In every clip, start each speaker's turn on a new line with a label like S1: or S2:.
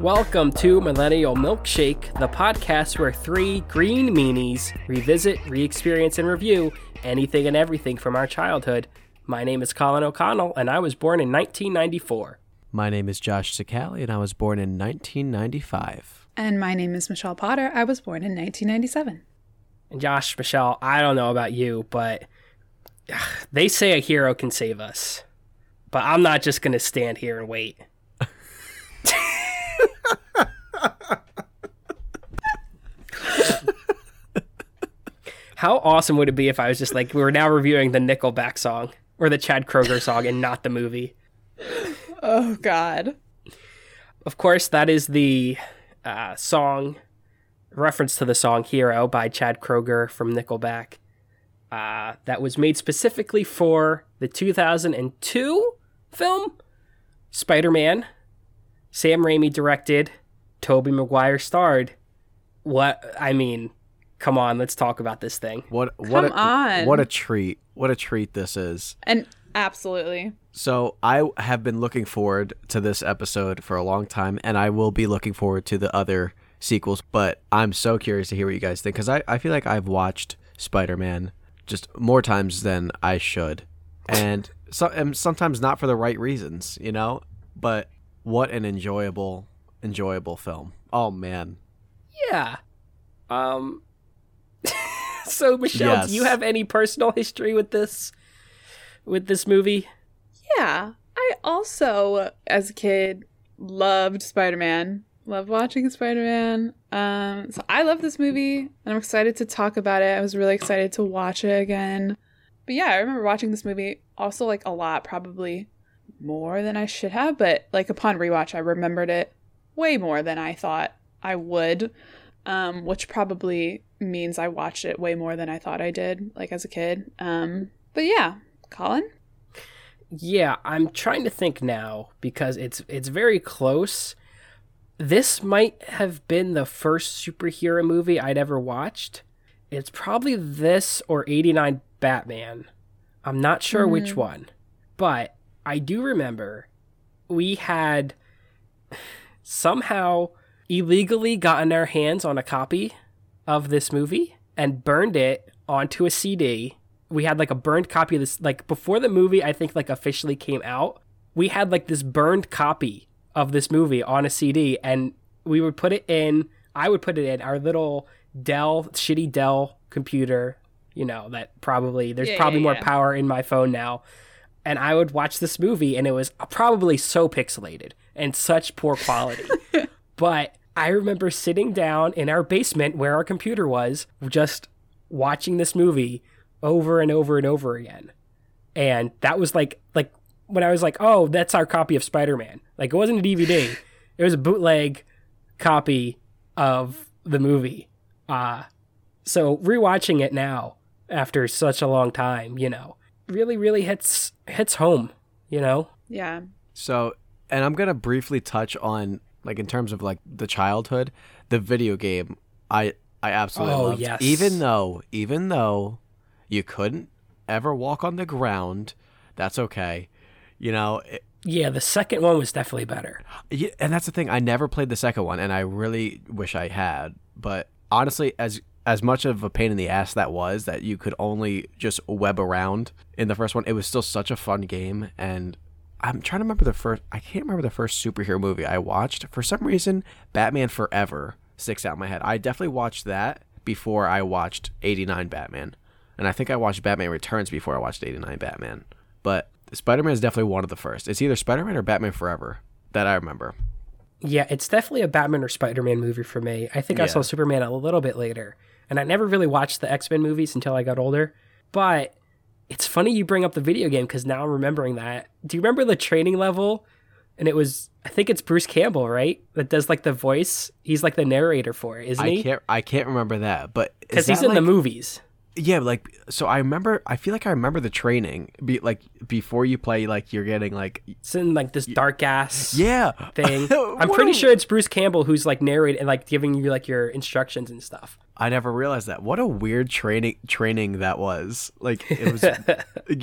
S1: Welcome to Millennial Milkshake, the podcast where three green meanies revisit, re experience, and review anything and everything from our childhood. My name is Colin O'Connell, and I was born in 1994.
S2: My name is Josh Sicali, and I was born in 1995.
S3: And my name is Michelle Potter. I was born in 1997.
S1: And Josh, Michelle, I don't know about you, but ugh, they say a hero can save us. But I'm not just going to stand here and wait. How awesome would it be if I was just like, we were now reviewing the Nickelback song or the Chad Kroger song and not the movie?
S3: Oh, God.
S1: Of course, that is the uh, song reference to the song Hero by Chad Kroger from Nickelback. Uh, that was made specifically for the 2002 film Spider Man. Sam Raimi directed, Tobey Maguire starred. What, I mean, come on, let's talk about this thing.
S2: What what
S3: Come
S2: a,
S3: on.
S2: what a treat. What a treat this is.
S3: And absolutely.
S2: So, I have been looking forward to this episode for a long time and I will be looking forward to the other sequels, but I'm so curious to hear what you guys think cuz I I feel like I've watched Spider-Man just more times than I should. And so and sometimes not for the right reasons, you know? But what an enjoyable enjoyable film. Oh man.
S1: Yeah. Um. so Michelle,
S2: Yes.
S1: do you have any personal history with this? With this movie?
S3: Yeah. I also, as a kid, loved Spider Man. Loved watching Spider Man. Um, so I love this movie and I'm excited to talk about it. I was really excited to watch it again. But yeah, I remember watching this movie also like a lot, probably more than I should have. But like upon rewatch, I remembered it way more than I thought I would, um, which probably means I watched it way more than I thought I did, like as a kid. Um, but yeah, Colin?
S1: Yeah, I'm trying to think now because it's it's very close. This might have been the first superhero movie I'd ever watched. It's probably this or 89 Batman. I'm not sure which
S3: Mhm.
S1: one. But I do remember we had somehow illegally gotten our hands on a copy of this movie and burned it onto a CD. We had like a burned copy of this like before the movie I think like officially came out. We had like this burned copy of this movie on a CD and we would put it in I would put it in our little Dell shitty Dell computer, you know, that probably there's
S3: Yeah,
S1: probably
S3: yeah,
S1: more
S3: yeah.
S1: power in my phone now. And I would watch this movie and it was probably so pixelated and such poor quality. But I remember sitting down in our basement where our computer was, just watching this movie over and over and over again. And that was like like when I was like, "Oh, that's our copy of Spider-Man." Like it wasn't a DVD. it was a bootleg copy of the movie. Uh so rewatching it now after such a long time, you know, really really hits hits home, you know.
S3: Yeah.
S2: So, and I'm gonna briefly touch on like in terms of like the childhood, the video game. I I absolutely
S1: Oh,
S2: loved.
S1: yes.
S2: Even though even though you couldn't ever walk on the ground, that's okay. You know, it-
S1: Yeah, the second one was definitely better.
S2: yeah, and that's the thing. I never played the second one, and I really wish I had. But honestly, as as much of a pain in the ass that was that you could only just web around in the first one, it was still such a fun game. And I'm trying to remember the first. I can't remember the first superhero movie I watched. For some reason, Batman Forever sticks out in my head. I definitely watched that before I watched '89 Batman, and I think I watched Batman Returns before I watched '89 Batman. But Spider Man is definitely one of the first. It's either Spider Man or Batman Forever that I remember.
S1: Yeah, it's definitely a Batman or Spider Man movie for me. I think I
S2: Yeah.
S1: saw Superman a little bit later, and I never really watched the X Men movies until I got older. But it's funny you bring up the video game because now I'm remembering that. Do you remember the training level? And it was, I think it's Bruce Campbell, right? That does like the voice. He's like the narrator for it, isn't
S2: I
S1: he?
S2: can't I can't remember that, but is
S1: Because he's
S2: that
S1: in the
S2: like-
S1: movies.
S2: Yeah, like so I remember. I feel like I remember the training. Be like before you play, like you're getting like
S1: It's in like this dark ass
S2: yeah
S1: thing. I'm
S2: What
S1: pretty
S2: a-
S1: sure it's Bruce Campbell who's like narrating and like giving you like your instructions and stuff.
S2: I never realized that. What a weird training training that was. Like it was.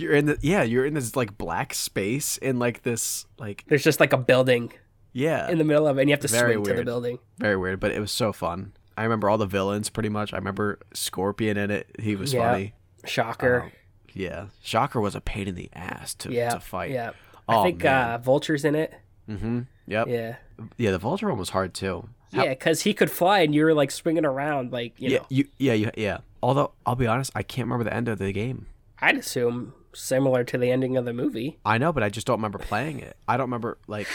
S2: you're in the yeah. You're in this like black space in like this like
S1: There's just like a building
S2: Yeah.
S1: in the middle of it, and you have to
S2: Very
S1: swing to the
S2: weird.
S1: building.
S2: Very weird, but it was so fun. I remember all the villains pretty much. I remember Scorpion in it. He was
S1: Yeah.
S2: funny.
S1: Shocker.
S2: Um, yeah. Shocker was a pain in the ass to,
S1: yeah.
S2: to fight.
S1: Yeah. I
S2: Oh,
S1: think
S2: man.
S1: uh Vulture's in it.
S2: Mm-hmm. Yep. Yeah.
S1: Yeah.
S2: the Vulture one was hard too.
S1: Yeah, 'cause because he could fly and you were like swinging around, like, you
S2: yeah,
S1: know,
S2: you, yeah, you, yeah. Although I'll be honest, I can't remember the end of the game.
S1: I'd assume similar to the ending of the movie.
S2: I know, but I just don't remember playing it. I don't remember like,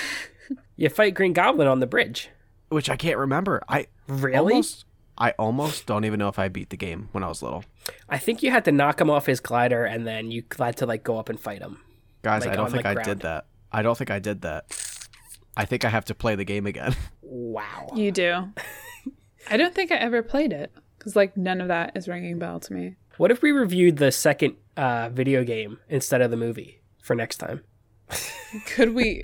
S1: You fight Green Goblin on the bridge.
S2: which I can't remember. I
S1: Really?
S2: almost, I almost don't even know if I beat the game when I was little.
S1: I think you had to knock him off his glider and then you had to like go up and fight him.
S2: Guys,
S1: Like,
S2: I don't
S1: on
S2: think
S1: the
S2: I
S1: ground.
S2: did that. I don't think I did that. I think I have to play the game again.
S1: Wow.
S3: You do. I don't think I ever played it because like none of that is ringing bell to me.
S1: What if we reviewed the second uh, video game instead of the movie for next time?
S3: Could we?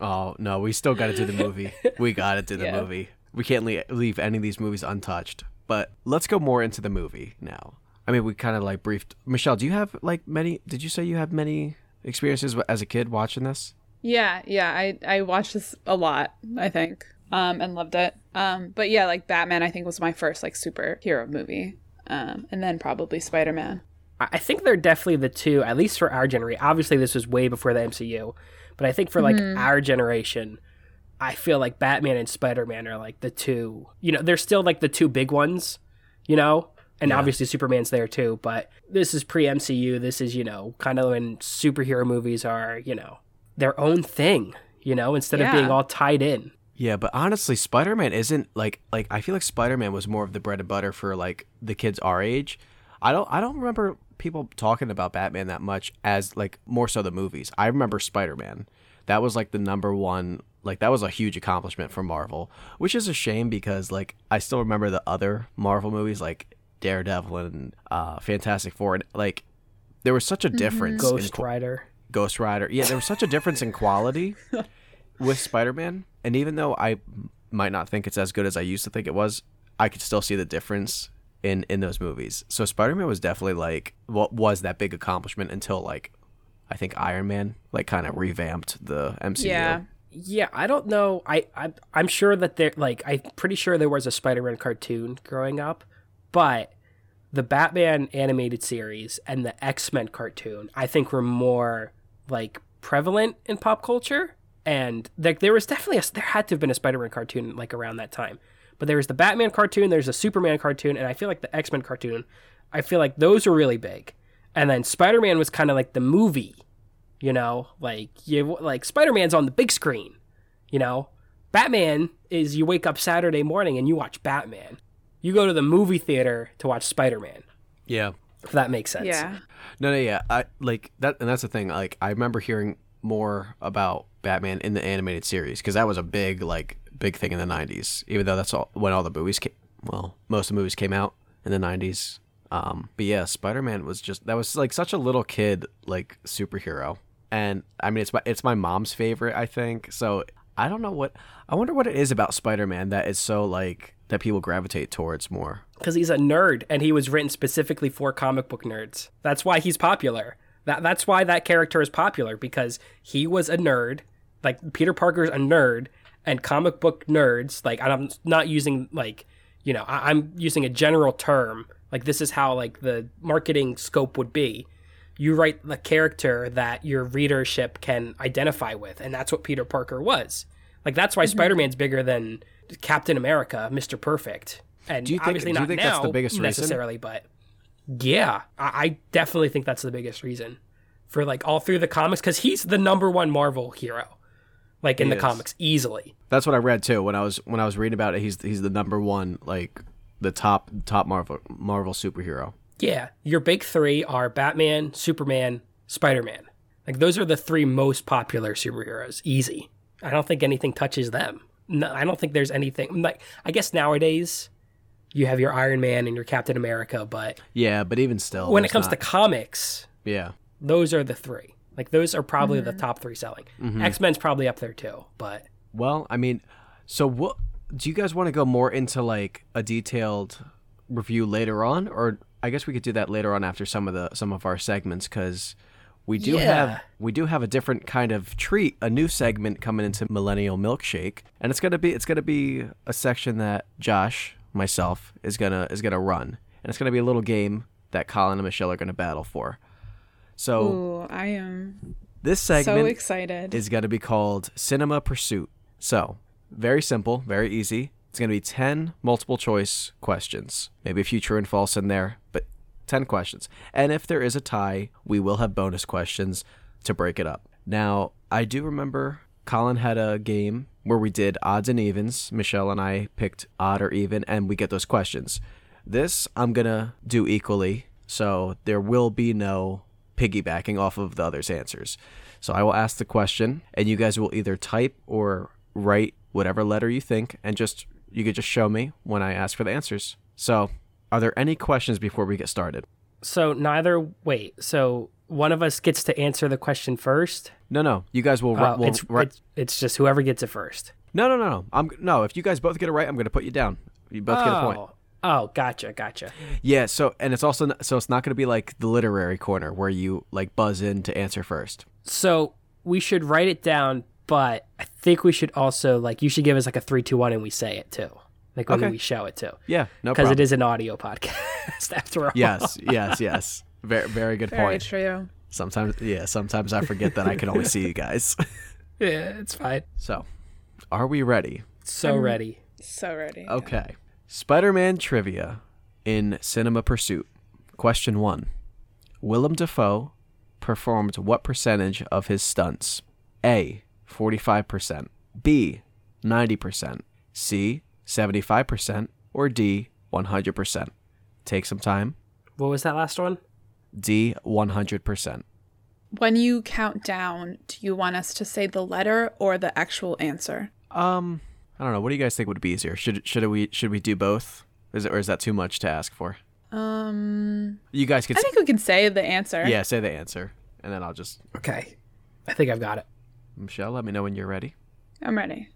S2: Oh no, we still got to do the movie. We got to do the
S3: Yeah.
S2: movie. We can't le- leave any of these movies untouched. But let's go more into the movie now. I mean, we kind of like briefed. Michelle, do you have like many? Did you say you have many experiences w- as a kid watching this?
S3: yeah, yeah. I I watched this a lot. I think. Um, and loved it. Um, but yeah, like Batman, I think was my first like superhero movie. Um, and then probably Spider Man.
S1: I I think they're definitely the two, at least for our generation. Obviously, this was way before the MCU, but I think for like our generation, I feel like Batman and Spider Man are like the two. You know, they're still like the two big ones. You know, and
S2: Yeah.
S1: obviously Superman's there too. But this is pre MCU. This is you know kind of when superhero movies are you know their own thing. You know, instead of
S3: Yeah.
S1: being all tied in.
S2: Yeah, but honestly, Spider Man isn't like like I feel like Spider Man was more of the bread and butter for like the kids our age. I don't I don't remember people talking about Batman that much as like more so the movies. I remember Spider Man. That was like the number one like that was a huge accomplishment for Marvel, which is a shame because like I still remember the other Marvel movies like Daredevil and uh, Fantastic Four and like there was such a difference in
S1: Ghost
S2: qu-
S1: Rider.
S2: Ghost Rider. Yeah, there was such a difference in quality with Spider Man. And even though I m- might not think it's as good as I used to think it was, I could still see the difference in, in those movies. So Spider Man was definitely like what was that big accomplishment until like I think Iron Man like kind of revamped the MCU.
S3: Yeah.
S1: Yeah, I don't know. I, I I'm sure that there like I'm pretty sure there was a Spider-Man cartoon growing up, but the Batman animated series and the X-Men cartoon I think were more like prevalent in pop culture and like there was definitely a there had to have been a Spider-Man cartoon like around that time. But there was the Batman cartoon, there's a Superman cartoon, and I feel like the X-Men cartoon, I feel like those were really big. And then Spider-Man was kind of like the movie you know like you like spider-man's on the big screen you know batman is you wake up saturday morning and you watch batman you go to the movie theater to watch spider-man
S2: Yeah.
S1: if that makes sense
S3: Yeah.
S2: No, no, yeah. I like that, and that's the thing. Like, I remember hearing more about Batman in the animated series because that was a big, like, big thing in the '90s. Even though that's all when all the movies came. Well, most of the movies came out in the '90s. Um, but yeah, Spider Man was just that was like such a little kid like superhero, and I mean it's my it's my mom's favorite, I think. So I don't know what I wonder what it is about Spider Man that is so like that people gravitate towards more.
S1: because he's a nerd and he was written specifically for comic book nerds that's why he's popular that, that's why that character is popular because he was a nerd like peter parker's a nerd and comic book nerds like and i'm not using like you know I, i'm using a general term like this is how like the marketing scope would be you write the character that your readership can identify with and that's what peter parker was like that's why
S2: Mm-hmm.
S1: spider-man's bigger than captain america mr perfect and
S2: Do you think-
S1: obviously
S2: do you
S1: not
S2: think
S1: now
S2: that's the biggest reason?
S1: necessarily but yeah I, I definitely think that's the biggest reason for like all through the comics because he's the number one marvel hero like in
S2: He
S1: the
S2: is.
S1: comics easily
S2: That's what I read too when I was when I was reading about it. He's he's the number one like the top top Marvel Marvel superhero.
S1: Yeah, your big three are Batman, Superman, Spider Man. Like those are the three most popular superheroes. Easy. I don't think anything touches them. No, I don't think there's anything like. I guess nowadays, you have your Iron Man and your Captain America, but
S2: Yeah, but even still,
S1: when it
S2: there's
S1: comes to
S2: not-
S1: comics,
S2: yeah,
S1: those are the three. Like those are probably the top three selling.
S2: Mm-hmm. Hmm.
S1: X Men's probably up there too, but
S2: well, I mean, so what do you guys want to go more into like a detailed review later on, or I guess we could do that later on after some of the some of our segments because We do
S1: Yeah.
S2: have we do have a different kind of treat, a new segment coming into Millennial Milkshake, and it's gonna be it's gonna be a section that Josh myself is gonna is gonna run, and it's gonna be a little game that Colin and Michelle are gonna battle for. So
S3: Ooh, I am
S2: this
S3: so
S2: segment
S3: excited.
S2: is going to be called Cinema Pursuit. So, very simple, very easy. It's going to be 10 multiple choice questions. Maybe a few true and false in there, but 10 questions. And if there is a tie, we will have bonus questions to break it up. Now, I do remember Colin had a game where we did odds and evens. Michelle and I picked odd or even, and we get those questions. This I'm going to do equally. So, there will be no piggybacking off of the other's answers. So I will ask the question, and you guys will either type or write whatever letter you think, and just you could just show me when I ask for the answers. So, are there any questions before we get started?
S1: So neither wait. So one of us gets to answer the question first.
S2: No, no, you guys will.
S1: Uh,
S2: will
S1: it's,
S2: ri-
S1: it's it's just whoever gets it first.
S2: no, no, no, no. I'm no. If you guys both get it right, I'm going to put you down. You both get a point.
S1: Oh. Oh, gotcha, gotcha.
S2: Yeah. So, and it's also n- so it's not going to be like the literary corner where you like buzz in to answer first.
S1: So we should write it down, but I think we should also like you should give us like a three, two, one, and we say it too, like when
S2: Okay.
S1: we show it too,
S2: Yeah. No
S1: because
S2: problem.
S1: it is an audio podcast after all.
S2: Yes. Yes. Yes. Very, very good
S3: Very
S2: point.
S3: true.
S2: Sometimes, yeah. Sometimes I forget that I can only see you guys.
S1: yeah, it's fine.
S2: So, are we ready?
S1: So
S2: Um,
S1: ready.
S3: So ready.
S2: Okay. Spider Man trivia in Cinema Pursuit. Question one Willem Dafoe performed what percentage of his stunts? A. 45%, B. 90%, C. 75%, or D. 100%. Take some time.
S1: What was that last one?
S2: D. 100%.
S3: When you count down, do you want us to say the letter or the actual answer?
S2: Um, I don't know. What do you guys think would be easier? Should should we should we do both? Is it or is that too much to ask for?
S3: Um,
S2: You guys could
S3: I think we can say the answer.
S2: Yeah, say the answer, and then I'll just
S1: Okay, I think I've got it.
S2: Michelle. Let me know when you're ready.
S3: I'm ready.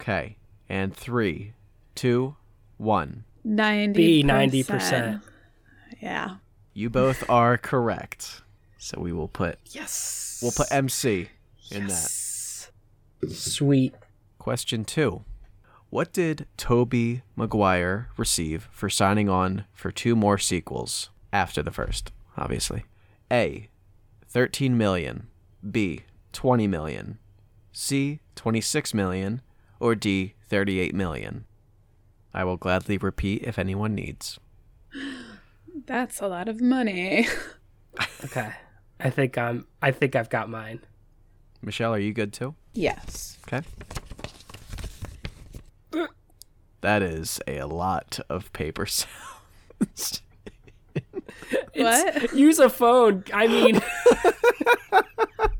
S2: Okay, and three, two, one.
S3: Ninety.
S1: B ninety percent.
S3: Yeah.
S2: You both are correct. So we will put
S1: Yes.
S2: we'll put MC in that.
S1: Sweet.
S2: Question two: What did Toby Maguire receive for signing on for two more sequels after the first? Obviously, A, thirteen million. B, twenty million. C, twenty-six million, or D, thirty-eight million. I will gladly repeat if anyone needs.
S3: That's a lot of money.
S1: Okay, I think I'm. I think I've got mine.
S2: Michelle, are you good too?
S3: yes.
S2: Okay. That is a lot of paper sounds.
S1: It's- Use a phone. I mean,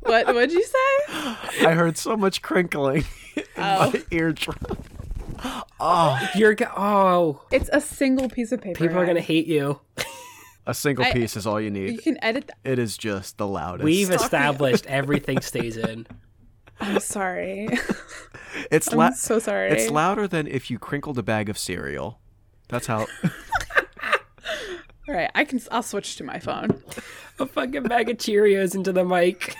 S3: What would you say?
S2: I heard so much crinkling in
S3: Oh.
S2: my eardrum.
S1: you're. Go- oh,
S3: It's a single piece of paper.
S1: people are
S3: guys.
S1: gonna hate you.
S2: A single
S3: I-
S2: piece is all you
S3: You
S2: need.
S3: can edit. Th-
S2: It is just the loudest.
S1: We've established everything stays in.
S3: I'm sorry.
S2: it's
S3: I'm
S2: la-
S3: so sorry.
S2: it's louder than if you crinkled a bag of cereal. That's how
S3: All right. I can. I'll switch to my phone.
S1: A fucking bag of Cheerios into the mic.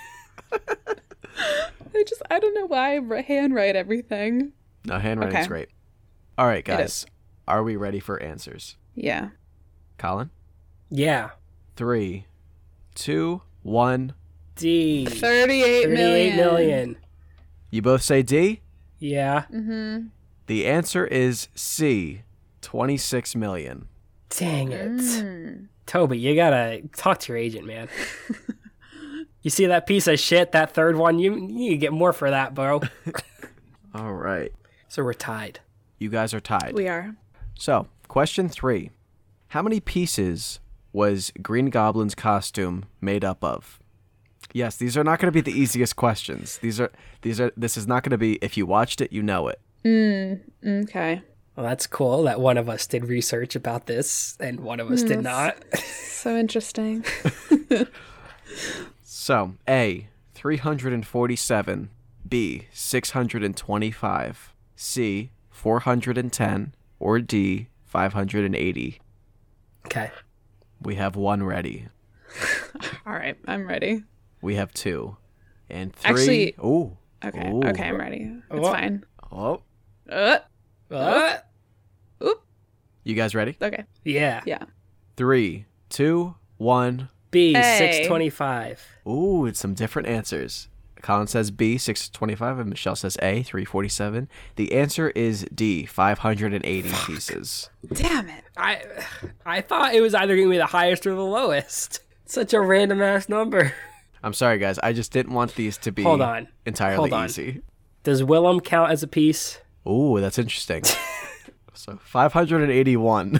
S3: I just. I don't know why I r- handwrite everything.
S2: No, handwriting's
S3: Okay.
S2: great. All right,
S3: is.
S2: guys. Are we ready for answers?
S3: Yeah.
S2: Colin?
S1: Yeah.
S2: Three, two, one.
S1: D.
S3: Thirty-eight
S1: Thirty-eight million.
S2: You both say D?
S1: Yeah.
S3: Mm-hmm.
S2: The answer is C, 26 million.
S1: Dang it.
S3: Mm.
S1: Toby, you gotta talk to your agent, man. you see that piece of shit, that third one? You, you need to get more for that, bro.
S2: All right.
S1: so we're tied.
S2: You guys are tied.
S3: We are.
S2: So, question three How many pieces was Green Goblin's costume made up of? Yes, these are not going to be the easiest questions. These are, these are, this is not going to be, if you watched it, you know it.
S3: Mm, okay.
S1: Well, that's cool that one of us did research about this and one of us
S3: Mm.
S1: did not.
S3: So interesting.
S2: So, A, 347, B, 625, C, 410, or D, 580.
S1: Okay.
S2: We have one ready.
S3: All right. I'm ready.
S2: We have two, and three.
S3: Actually-
S2: ooh,
S3: Okay.
S2: Ooh.
S3: Okay, I'm ready. It's
S1: Oh.
S3: fine.
S2: oh,
S3: Uh,
S1: Uh,
S3: oop.
S2: you guys ready?
S3: Okay.
S1: yeah.
S2: Three, two, one.
S1: B
S3: Hey.
S1: six twenty five.
S2: Ooh, it's some different answers. Colin says B, 625, and Michelle says A, 347. The answer is D, 580 pieces.
S3: Damn it.
S1: I I thought it was either going to be the highest or the lowest. Such a random ass number.
S2: I'm sorry, guys. I just didn't want these to be
S1: Hold on.
S2: entirely
S1: Hold on.
S2: easy.
S1: Does Willem count as a piece?
S2: Ooh, that's interesting. so 581.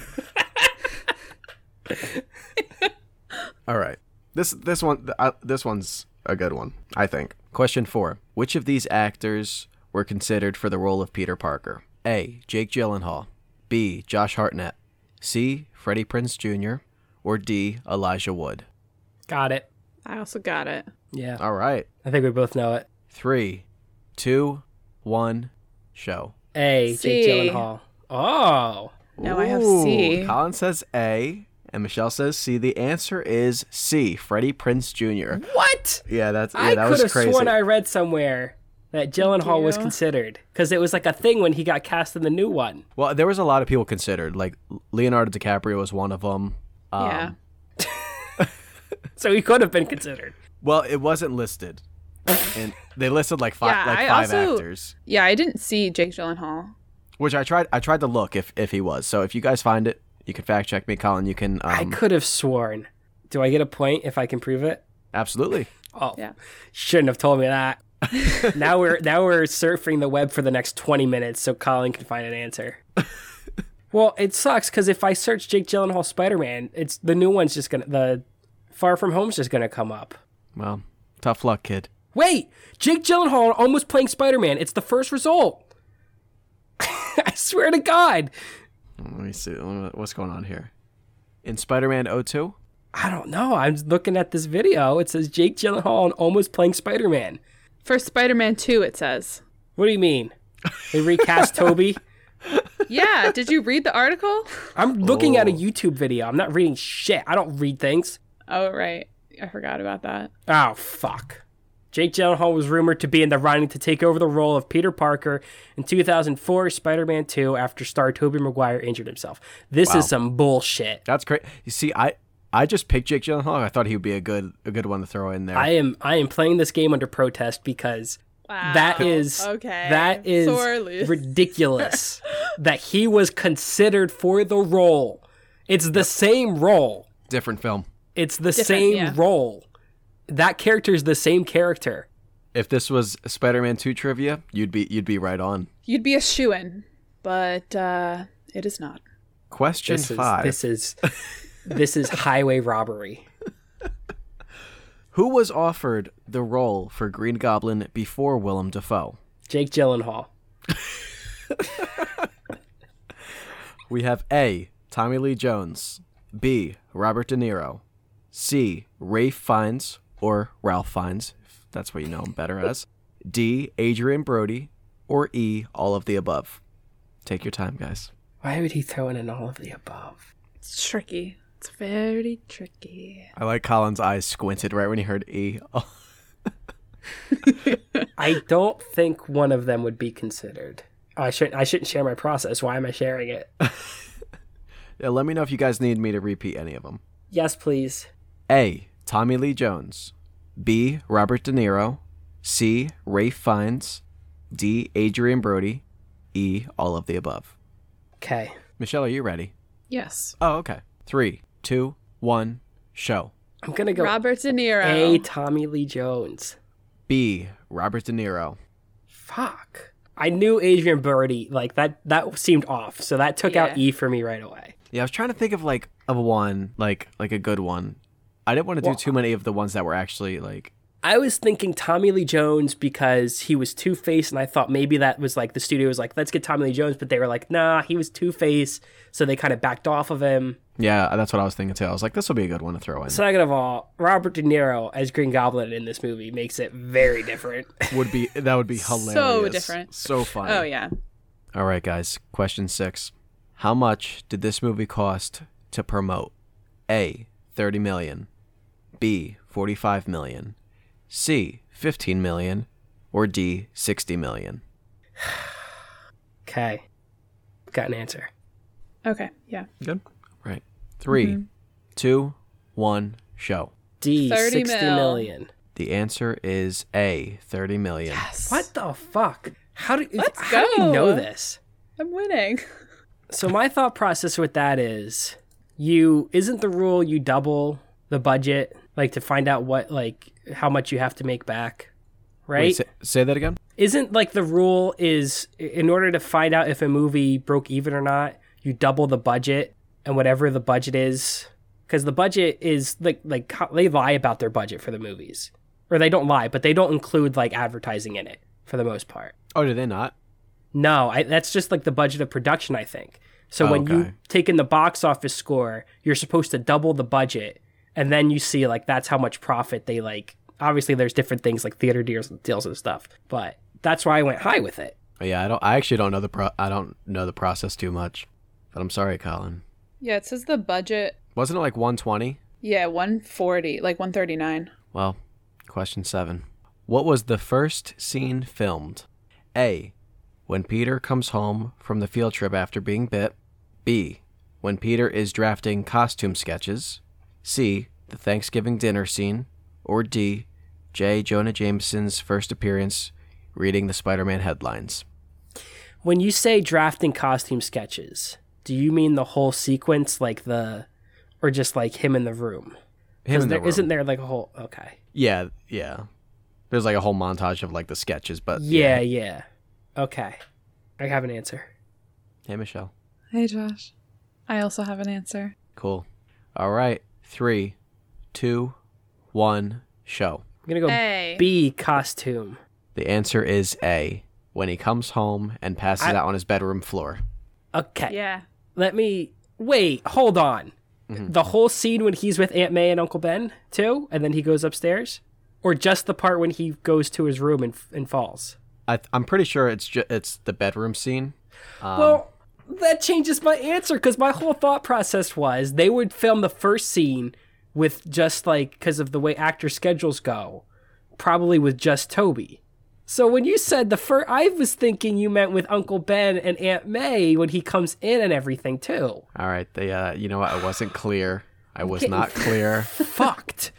S2: All right. This this one th- I, this one's a good one, I think. Question 4. Which of these actors were considered for the role of Peter Parker? A. Jake Gyllenhaal, B. Josh Hartnett, C. Freddie Prinze Jr., or D. Elijah Wood.
S1: Got it.
S3: I also got it.
S1: Yeah.
S2: All right.
S1: I think we both know it.
S2: Three, two, one, show.
S1: A. Jake
S3: C.
S1: Gyllenhaal. Oh.
S3: No, I have C.
S2: Ooh, Colin says A, and Michelle says C. The answer is C. Freddie Prince Jr.
S1: What?
S2: Yeah, that's yeah,
S1: I
S2: that
S1: could
S2: was
S1: have
S2: crazy.
S1: sworn I read somewhere that Gyllenhaal was
S3: you.
S1: considered because it was like a thing when he got cast in the new one.
S2: Well, there was a lot of people considered. Like Leonardo DiCaprio was one of them. Um,
S3: Yeah.
S1: So he could have been considered.
S2: Well, it wasn't listed, and they listed like five,
S3: Yeah,
S2: like
S3: I
S2: five
S3: also-
S2: actors.
S3: Yeah, I didn't see Jake Gyllenhaal.
S2: Which I tried. I tried to look if if he was. So if you guys find it, you can fact check me, Colin. You can. Um,
S1: I could have sworn. Do I get a point if I can prove it?
S2: Absolutely.
S1: Oh,
S3: Yeah.
S1: shouldn't have told me that. now we're now we're surfing the web for the next twenty minutes so Colin can find an answer. well, it sucks because if I search Jake Gyllenhaal Spider Man, it's the new one's just gonna the Far From Home's just gonna come up.
S2: Well, tough luck, kid.
S1: Wait, Jake Gyllenhaal almost playing Spider Man. It's the first result. I swear to God,
S2: Let me see. Let me- What's going on here? In Spider-Man 02?
S1: I don't know. I'm looking at this video. It says Jake Gyllenhaal and almost playing Spider Man.
S3: For Spider Man 2, it says.
S1: What do you mean? They recast Toby.
S3: Yeah, did you read the article?
S1: I'm looking at a YouTube video. I'm not reading shit. I don't read things.
S3: Oh, right. I forgot about that.
S1: Oh fuck. Jake Gyllenhaal was rumored to be in the running to take over the role of Peter Parker in 2004 Spider-Man 2 after star Tobey Maguire injured himself. This
S2: Wow.
S1: is some bullshit.
S2: That's great. You see, I I just picked Jake Gyllenhaal. I thought he would be a good a good one to throw in there.
S1: I am I am playing this game under protest because
S3: Wow.
S1: that is
S3: Okay.
S1: that is
S3: Sorely.
S1: ridiculous that he was considered for the role. It's the same role.
S2: Different film.
S1: It's the same
S3: yeah.
S1: role. That character is the same character.
S2: If this was Spider-Man 2 trivia, you'd be you'd be right on.
S3: You'd be a shoo in, but uh, it is not.
S2: Question
S1: This is,
S2: five:
S1: this is this is highway robbery.
S2: Who was offered the role for Green Goblin before Willem Dafoe?
S1: Jake Gyllenhaal.
S2: We have A. Tommy Lee Jones, B. Robert De Niro, C. Rafe Fiennes or Ralph Fiennes, if that's what you know him better as, D. Adrian Brody, or E. All of the above. Take your time, guys.
S1: Why would he throw in an all of the above?
S3: It's tricky. It's very tricky.
S2: I like Colin's eyes squinted right when he heard E. Oh,
S1: I don't think one of them would be considered. I shouldn't. I shouldn't share my process. Why am I sharing it?
S2: yeah, let me know if you guys need me to repeat any of them.
S1: Yes, please.
S2: A. Tommy Lee Jones, B. Robert De Niro, C. Rafe Fiennes, D. Adrian Brody, E. All of the above.
S1: Okay.
S2: Michelle, are you ready?
S3: Yes.
S2: Oh, okay. Three, two, one, show.
S1: I'm gonna go
S3: Robert De Niro.
S1: A. Tommy Lee Jones.
S2: B. Robert De Niro.
S1: Fuck. I knew Adrian Brody. Like that. That seemed off. So that took out
S3: Yeah.
S1: E for me right away.
S2: Yeah, I was trying to think of like of one, like like a good one. I didn't want to do
S1: Well-
S2: too many of the ones that were actually like.
S1: I was thinking Tommy Lee Jones because he was Two Face, and I thought maybe that was like the studio was like, let's get Tommy Lee Jones, but they were like, nah, he was Two Face, so they kind of backed off of him.
S2: Yeah, that's what I was thinking too. I was like, this will be a good one to throw in.
S1: Second of all, Robert De Niro as Green Goblin in this movie makes it very different.
S2: would be that would be hilarious.
S3: different.
S2: So funny.
S3: Oh, yeah.
S2: All right, guys. Question six: How much did this movie cost to promote? A. Thirty million. B. Forty-five million. C, 15 million, or D, 60 million?
S1: Okay. Got an answer.
S3: Okay. Yeah.
S2: Good. Right.
S3: Mm-hmm.
S2: Three, two, one. show.
S1: D,
S3: 30
S1: sixty million.
S3: mil.
S2: The answer is A, 30 million.
S3: Yes.
S1: What the fuck? How do,
S3: Let's
S1: how do you
S3: go.
S1: know this?
S3: I'm winning.
S1: So my thought process with that is you isn't the rule you double the budget like to find out what like how much you have to make back, right?
S2: Wait, say, say that again?
S1: isn't like the rule is in order to find out if a movie broke even or not, you double the budget and whatever the budget is because the budget is like like ho- they lie about their budget for the movies or they don't lie but they don't include like advertising in it for the most part.
S2: Oh, did they not?
S1: No, I, that's just like the budget of production, I think. So
S2: Oh,
S1: when
S2: okay.
S1: you take in the box office score, you're supposed to double the budget, and then you see like that's how much profit they like. Obviously, there's different things like theater deals, deals and stuff, but that's why I went high with it.
S2: Oh, yeah, I don't. I actually don't know the pro. I don't know the process too much, but I'm sorry, Colin.
S3: Yeah, it says the budget.
S2: Wasn't it like 120?
S3: Yeah, 140, like 139.
S2: Well, question seven. What was the first scene filmed? A. When Peter comes home from the field trip after being bit. B. When Peter is drafting costume sketches. C. The Thanksgiving dinner scene. Or D. J. Jonah Jameson's first appearance reading the Spider Man headlines.
S1: When you say drafting costume sketches, do you mean the whole sequence, like the, or just like him in the room?
S2: Him in the
S1: there, Isn't
S2: room.
S1: there like a whole? Okay.
S2: Yeah, yeah. There's like a whole montage of like the sketches, but
S1: Yeah, yeah. Okay. I have an answer.
S2: Hey, Michelle.
S3: Hey, Josh. I also have an answer.
S2: Cool. All right. Three, two, one, show.
S1: I'm gonna go
S3: Hey.
S1: B costume.
S2: The answer is A. When he comes home and passes
S1: I-
S2: out on his bedroom floor.
S1: Okay.
S3: Yeah.
S1: Let me wait. Hold on. The whole scene when he's with Aunt May and Uncle Ben too, and then he goes upstairs, or just the part when he goes to his room and and falls.
S2: I, I'm pretty sure it's ju- it's the bedroom scene. Um,
S1: well, that changes my answer because my whole thought process was they would film the first scene with just like because of the way actor schedules go, probably with just Toby. So when you said the first, I was thinking you meant with Uncle Ben and Aunt May when he comes in and everything too.
S2: all right. The uh, you know what? I wasn't clear. I was not clear.
S1: Fucked.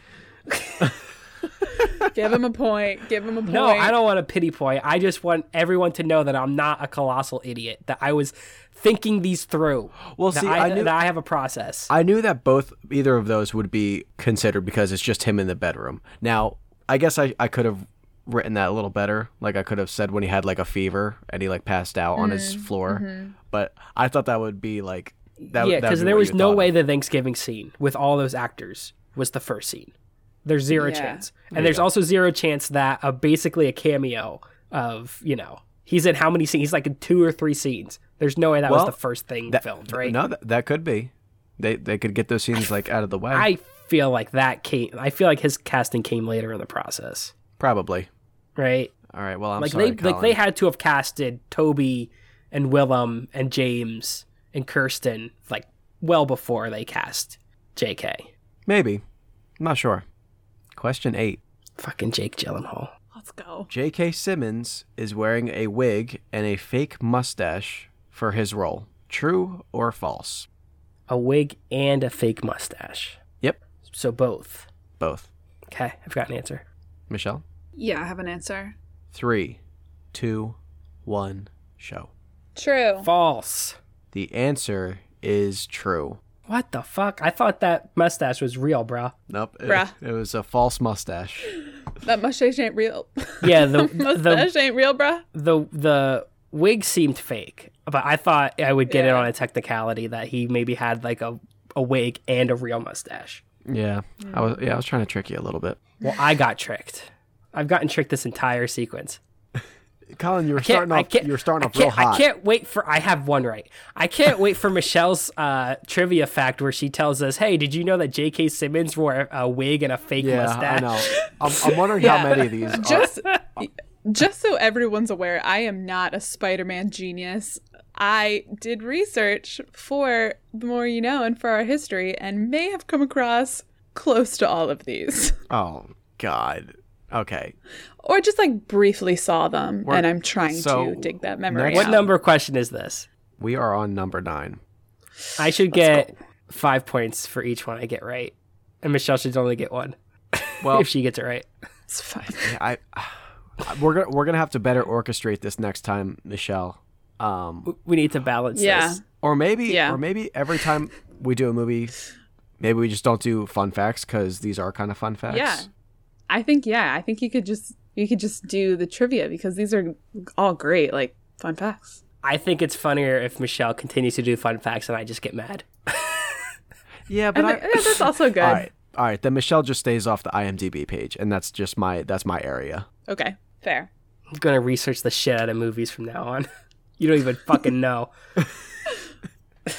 S3: Give him a point. Give him a point.
S1: No, I don't want a pity point. I just want everyone to know that I'm not a colossal idiot. That I was thinking these through.
S2: Well,
S1: that
S2: see,
S1: I,
S2: I knew-
S1: that I have a process.
S2: I knew that both either of those would be considered because it's just him in the bedroom. Now, I guess I, I could have written that a little better. Like I could have said when he had like a fever and he like passed out on his floor.
S3: Mm-hmm.
S2: But I thought that would be like that.
S1: yeah,
S2: because
S1: because there was no way the Thanksgiving scene with all those actors was the first scene. There's zero
S3: Yeah.
S1: chance, and there's also zero chance that a, basically a cameo of you know he's in how many scenes? He's like in two or three scenes. There's no way that
S2: Well,
S1: was the first thing filmed, right?
S2: No, that, that could be. They they could get those scenes like out of the way.
S1: I feel like that came. I feel like his casting came later in the process,
S2: Probably.
S1: right?
S2: All right. Well, I'm
S1: like
S2: sorry,
S1: they like they
S2: Colin.
S1: had to have casted Toby and Willem and James and Kirsten like well before they cast J.K.
S2: Maybe. I'm not sure. Question eight.
S1: Fucking Jake Gyllenhaal.
S3: Let's go.
S2: J.K. Simmons is wearing a wig and a fake mustache for his role. True or false?
S1: a wig and a fake mustache.
S2: Yep.
S1: So both.
S2: Both.
S1: Okay, I've got an answer.
S2: Michelle?
S3: Yeah, I have an answer.
S2: Three, two, one, show.
S3: True.
S1: False.
S2: The answer is true.
S1: What the fuck? I thought that mustache was real, bruh.
S2: Nope. it-
S3: Bruh.
S2: It, was a false mustache.
S3: That mustache ain't real.
S1: Yeah, the
S3: mustache
S1: the,
S3: ain't real, bruh.
S1: the the wig seemed fake, but I thought I would get it
S3: Yeah.
S1: on a technicality that he maybe had like a a wig and a real mustache.
S2: Yeah. I was yeah, I was trying to trick you a little bit.
S1: Well, I got tricked. I've gotten tricked this entire sequence.
S2: Colin, you were
S1: Can't-
S2: starting
S1: I
S2: off
S1: can't-
S2: you were starting
S1: I
S2: off real
S1: can't-
S2: hot.
S1: I can't wait for I have one right. I can't wait for Michelle's uh, trivia fact where she tells us, "Hey, did you know that J.K. Simmons wore a, a wig and a fake
S2: yeah,
S1: mustache?"
S2: I know. I'm, I'm wondering how
S3: Yeah.
S2: many of these are-
S3: Just just so everyone's aware, I am not a Spider-Man genius. I did research for the more you know and for our history and may have come across close to all of these.
S2: Oh God. Okay.
S3: or just like briefly saw them,
S2: We're-
S3: and I'm trying
S2: so,
S3: to dig that memory.
S2: next-
S3: out.
S1: What number question is this?
S2: We are on number nine.
S1: I should
S3: Let's
S1: get five points for each one I get right, and Michelle should only get one
S2: Well,
S1: if she gets it right.
S3: It's fine.
S2: I we're gonna we're gonna have to better orchestrate this next time, Michelle. Um,
S1: W- We need to balance.
S3: Yeah.
S1: this.
S2: or maybe
S3: Yeah.
S2: or maybe every time we do a movie, maybe we just don't do fun facts because these are kind of fun facts.
S3: Yeah, I think yeah, I think you could just you could just do the trivia because these are all great like fun facts.
S1: I think it's funnier if Michelle continues to do fun facts and I just get mad.
S2: yeah, but
S3: And
S2: I,
S3: th- yeah, that's also good.
S2: all right, all right. Then Michelle just stays off the IMDb page, and that's just my that's my area.
S3: Okay, fair.
S1: I'm gonna research the shit out of movies from now on. You don't even fucking know.
S2: All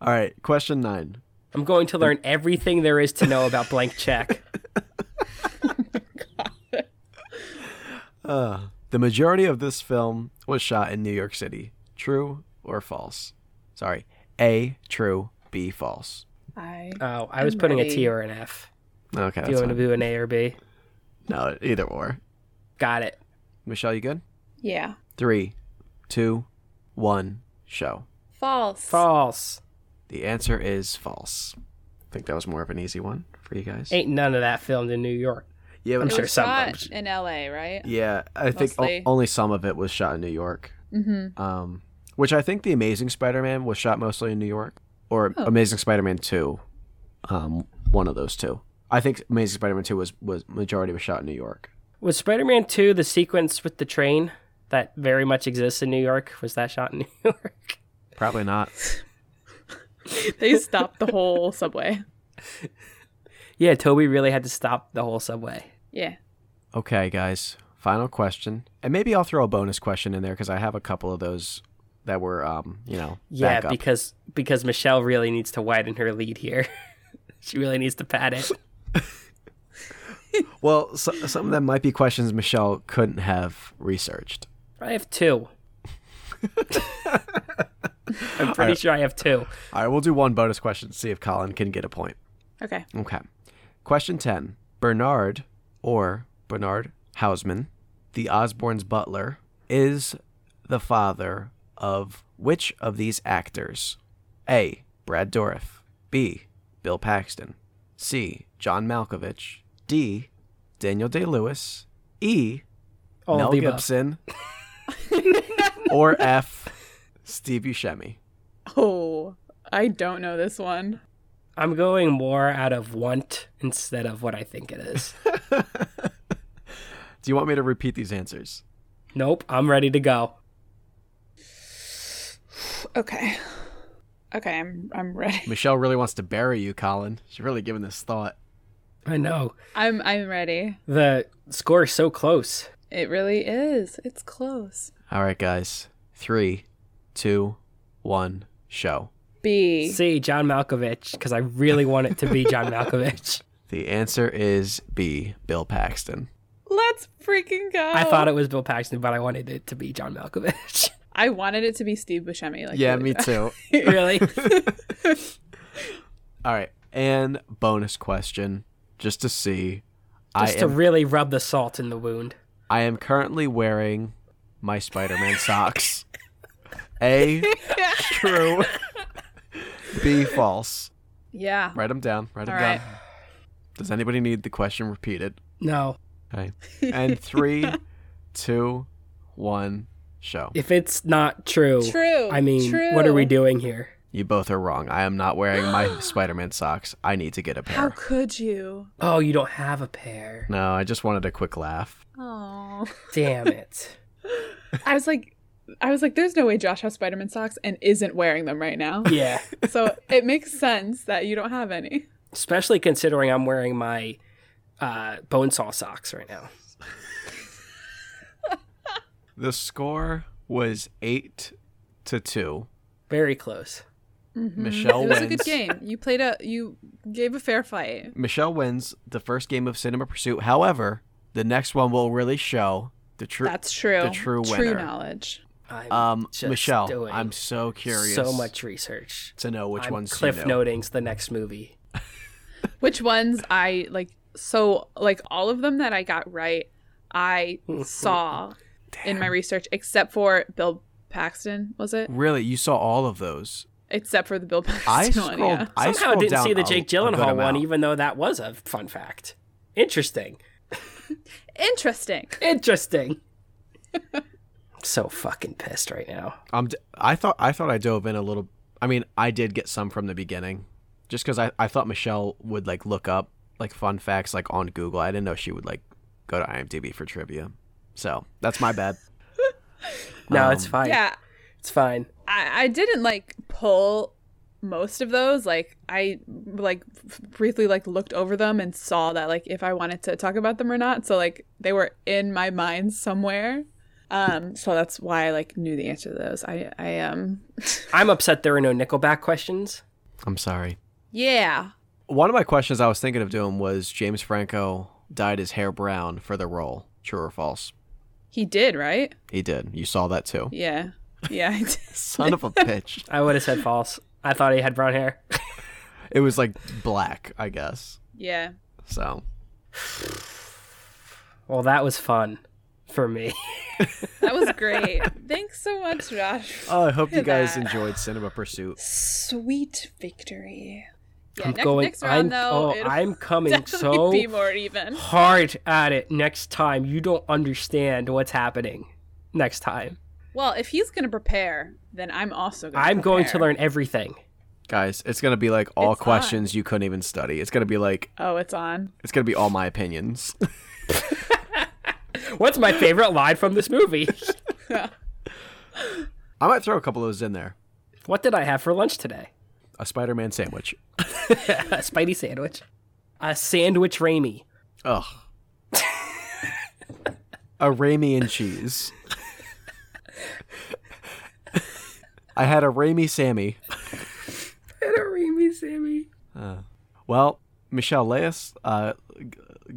S2: right, question nine.
S1: I'm going to learn everything there is to know about blank check.
S2: Uh, the majority of this film was shot in New York City. True or false? Sorry, A. True. B. False.
S3: I
S1: Oh, I was putting a T
S3: Ready.
S1: or an F.
S2: Okay,
S1: do you
S2: that's
S1: want to
S2: fine.
S1: do an A or B?
S2: no either or.
S1: Got it.
S2: Michelle, you good?
S3: yeah
S2: Three, two, one, show.
S3: false.
S1: False.
S2: The answer is false. I think that was more of an easy one for you guys.
S1: Ain't none of that filmed in New York.
S2: Yeah,
S1: I'm
S2: but-
S1: sure some of them-
S3: in L.A. Right?
S2: Yeah, I think o-
S3: Mostly.
S2: only some of it was shot in New York.
S3: Mm-hmm.
S2: Um, which I think The Amazing Spider-Man was shot mostly in New York, or
S3: Oh.
S2: Amazing Spider-Man Two, um, one of those two. I think Amazing Spider-Man Two was was majority was shot in New York.
S1: Was Spider-Man 2 the sequence with the train that very much exists in New York? Was that shot in New York?
S2: Probably not.
S3: they stopped the whole subway.
S1: Yeah, Toby really had to stop the whole subway.
S3: Yeah.
S2: Okay, guys. Final question, and maybe I'll throw a bonus question in there because I have a couple of those that were, um, you know,
S1: Yeah,
S2: back up.
S1: because because Michelle really needs to widen her lead here. she really needs to pad it.
S2: Well, so, some of them might be questions Michelle couldn't have researched.
S1: I have two. I'm pretty sure I have two.
S2: All right, we'll do one bonus question to see if Colin can get a point.
S3: Okay.
S2: Okay. Question 10 Bernard or Bernard Hausman, the Osborne's butler, is the father of which of these actors? A. Brad Dourif. B. Bill Paxton. C. John Malkovich. D. Daniel Day Lewis. E.
S1: All
S2: Mel
S1: of the above.
S2: Gibson. or F. Steve Buscemi.
S3: Oh, I don't know this one.
S1: I'm going more out of want instead of what I think it is.
S2: Do you want me to repeat these answers?
S1: nope, I'm ready to go.
S3: Okay. Okay, I'm I'm ready.
S2: Michelle really wants to bury you, Colin. She's really giving this thought.
S1: I know.
S3: I'm I'm ready.
S1: The score is so close.
S3: It really is. It's close.
S2: All right, guys. Three, two, one, show.
S3: B.
S1: See, John Malkovich, because I really want it to be John Malkovich.
S2: The answer is B, Bill Paxton.
S3: Let's freaking go.
S1: I thought it was Bill Paxton, but I wanted it to be John Malkovich.
S3: I wanted it to be Steve Buscemi. Like
S2: yeah,
S3: really
S2: me
S3: bad.
S2: too.
S1: really?
S2: All right. And bonus question, just to see. I
S1: Just to
S2: am,
S1: really rub the salt in the wound.
S2: I am currently wearing my Spider Man socks. A, true. B, false.
S3: Yeah.
S2: Write them down. Write them
S3: All
S2: down.
S3: right.
S2: Does anybody need the question repeated?
S1: No.
S2: Okay. And three, two, one, show.
S1: If it's not true,
S3: True.
S1: I mean, what are we
S3: True.
S1: doing here?
S2: You both are wrong. I am not wearing my Spider Man socks. I need to get a
S3: How
S2: pair.
S3: could you?
S1: Oh, you don't have a pair.
S2: No, I just wanted a quick laugh.
S3: Oh.
S1: Damn it.
S3: I was like, I was like, there's no way Josh has Spider-Man socks and isn't wearing them right now.
S1: Yeah.
S3: so it makes sense that you don't have any.
S1: Especially considering I'm wearing my uh, bone saw socks right now.
S2: The score was eight to 2
S1: Very close.
S2: Mm-hmm. Michelle
S3: It was a good
S2: wins.
S3: game. You played a, you gave a fair fight.
S2: Michelle wins the first game of Cinema Pursuit. However, the next one will really show the true.
S3: That's true.
S2: The true
S3: True
S2: winner.
S3: knowledge.
S1: I'm
S2: um,
S1: just
S2: Michelle,
S1: doing
S2: I'm so curious.
S1: so much research.
S2: to know which
S1: I'm
S2: one's
S1: cliff
S2: you know.
S1: noting's the next movie.
S3: Which ones I like So, like all of them that I got right, I saw in my research, except for Bill Paxton, was it?
S2: Really, you saw all of those.
S3: Except for the Bill Paxton
S2: I
S3: one.
S2: scrolled.
S3: Yeah.
S2: I
S1: Somehow
S2: scrolled
S1: didn't
S2: down
S1: see the
S2: a-
S1: Jake
S2: a good
S1: Gyllenhaal one,
S2: amount.
S1: even though that was a fun fact. Interesting.
S3: Interesting.
S1: Interesting. so fucking pissed right now.
S2: I'm d- I thought I thought I dove in a little. I mean, I did get some from the beginning, just because I, I thought Michelle would like look up like fun facts like on Google. I didn't know she would like go to IMDb for trivia, so that's my bad.
S1: No,
S2: Um,
S1: it's fine.
S3: Yeah,
S1: It's fine.
S3: I, I didn't like pull most of those. Like I like f- briefly like looked over them and saw that like if I wanted to talk about them or not. So like they were in my mind somewhere. Um, so that's why I like knew the answer to those. I I um
S1: I'm upset there are no Nickelback questions.
S2: I'm sorry.
S3: yeah.
S2: One of my questions I was thinking of doing was James Franco dyed his hair brown for the role. True or false?
S3: He did, right?
S2: He did. You saw that too.
S3: Yeah. Yeah, I did.
S2: Son of a bitch.
S1: I would have said false. I thought he had brown hair.
S2: It was like black, I guess.
S3: Yeah.
S2: So
S1: Well, that was fun for me.
S3: That was great. Thanks so much, Josh.
S2: I hope you guys
S3: That.
S2: enjoyed Cinema Pursuit.
S3: Sweet victory. Yeah,
S1: I'm
S3: next,
S1: going.
S3: next round
S1: I'm,
S3: though,
S1: oh,
S3: it'll
S1: I'm coming
S3: definitely
S1: so
S3: be more even.
S1: hard at it next time. You don't understand what's happening next time.
S3: Well, if he's going to prepare, then I'm also going to
S1: I'm going to learn everything.
S2: Guys, it's gonna be like all
S3: It's on.
S2: questions you couldn't even study. It's gonna be like
S3: Oh, it's on.
S2: it's gonna be all my opinions.
S1: What's my favorite line from this movie?
S2: I might throw a couple of those in there.
S1: what did I have for lunch today?
S2: A Spider-Man sandwich.
S1: A Spidey sandwich. A sandwich Raimi.
S2: Ugh. a Raimi and cheese. I had a Raimi Sammy.
S1: And a Raimi Sammy.
S2: Well, Michelle, lay us, uh, g-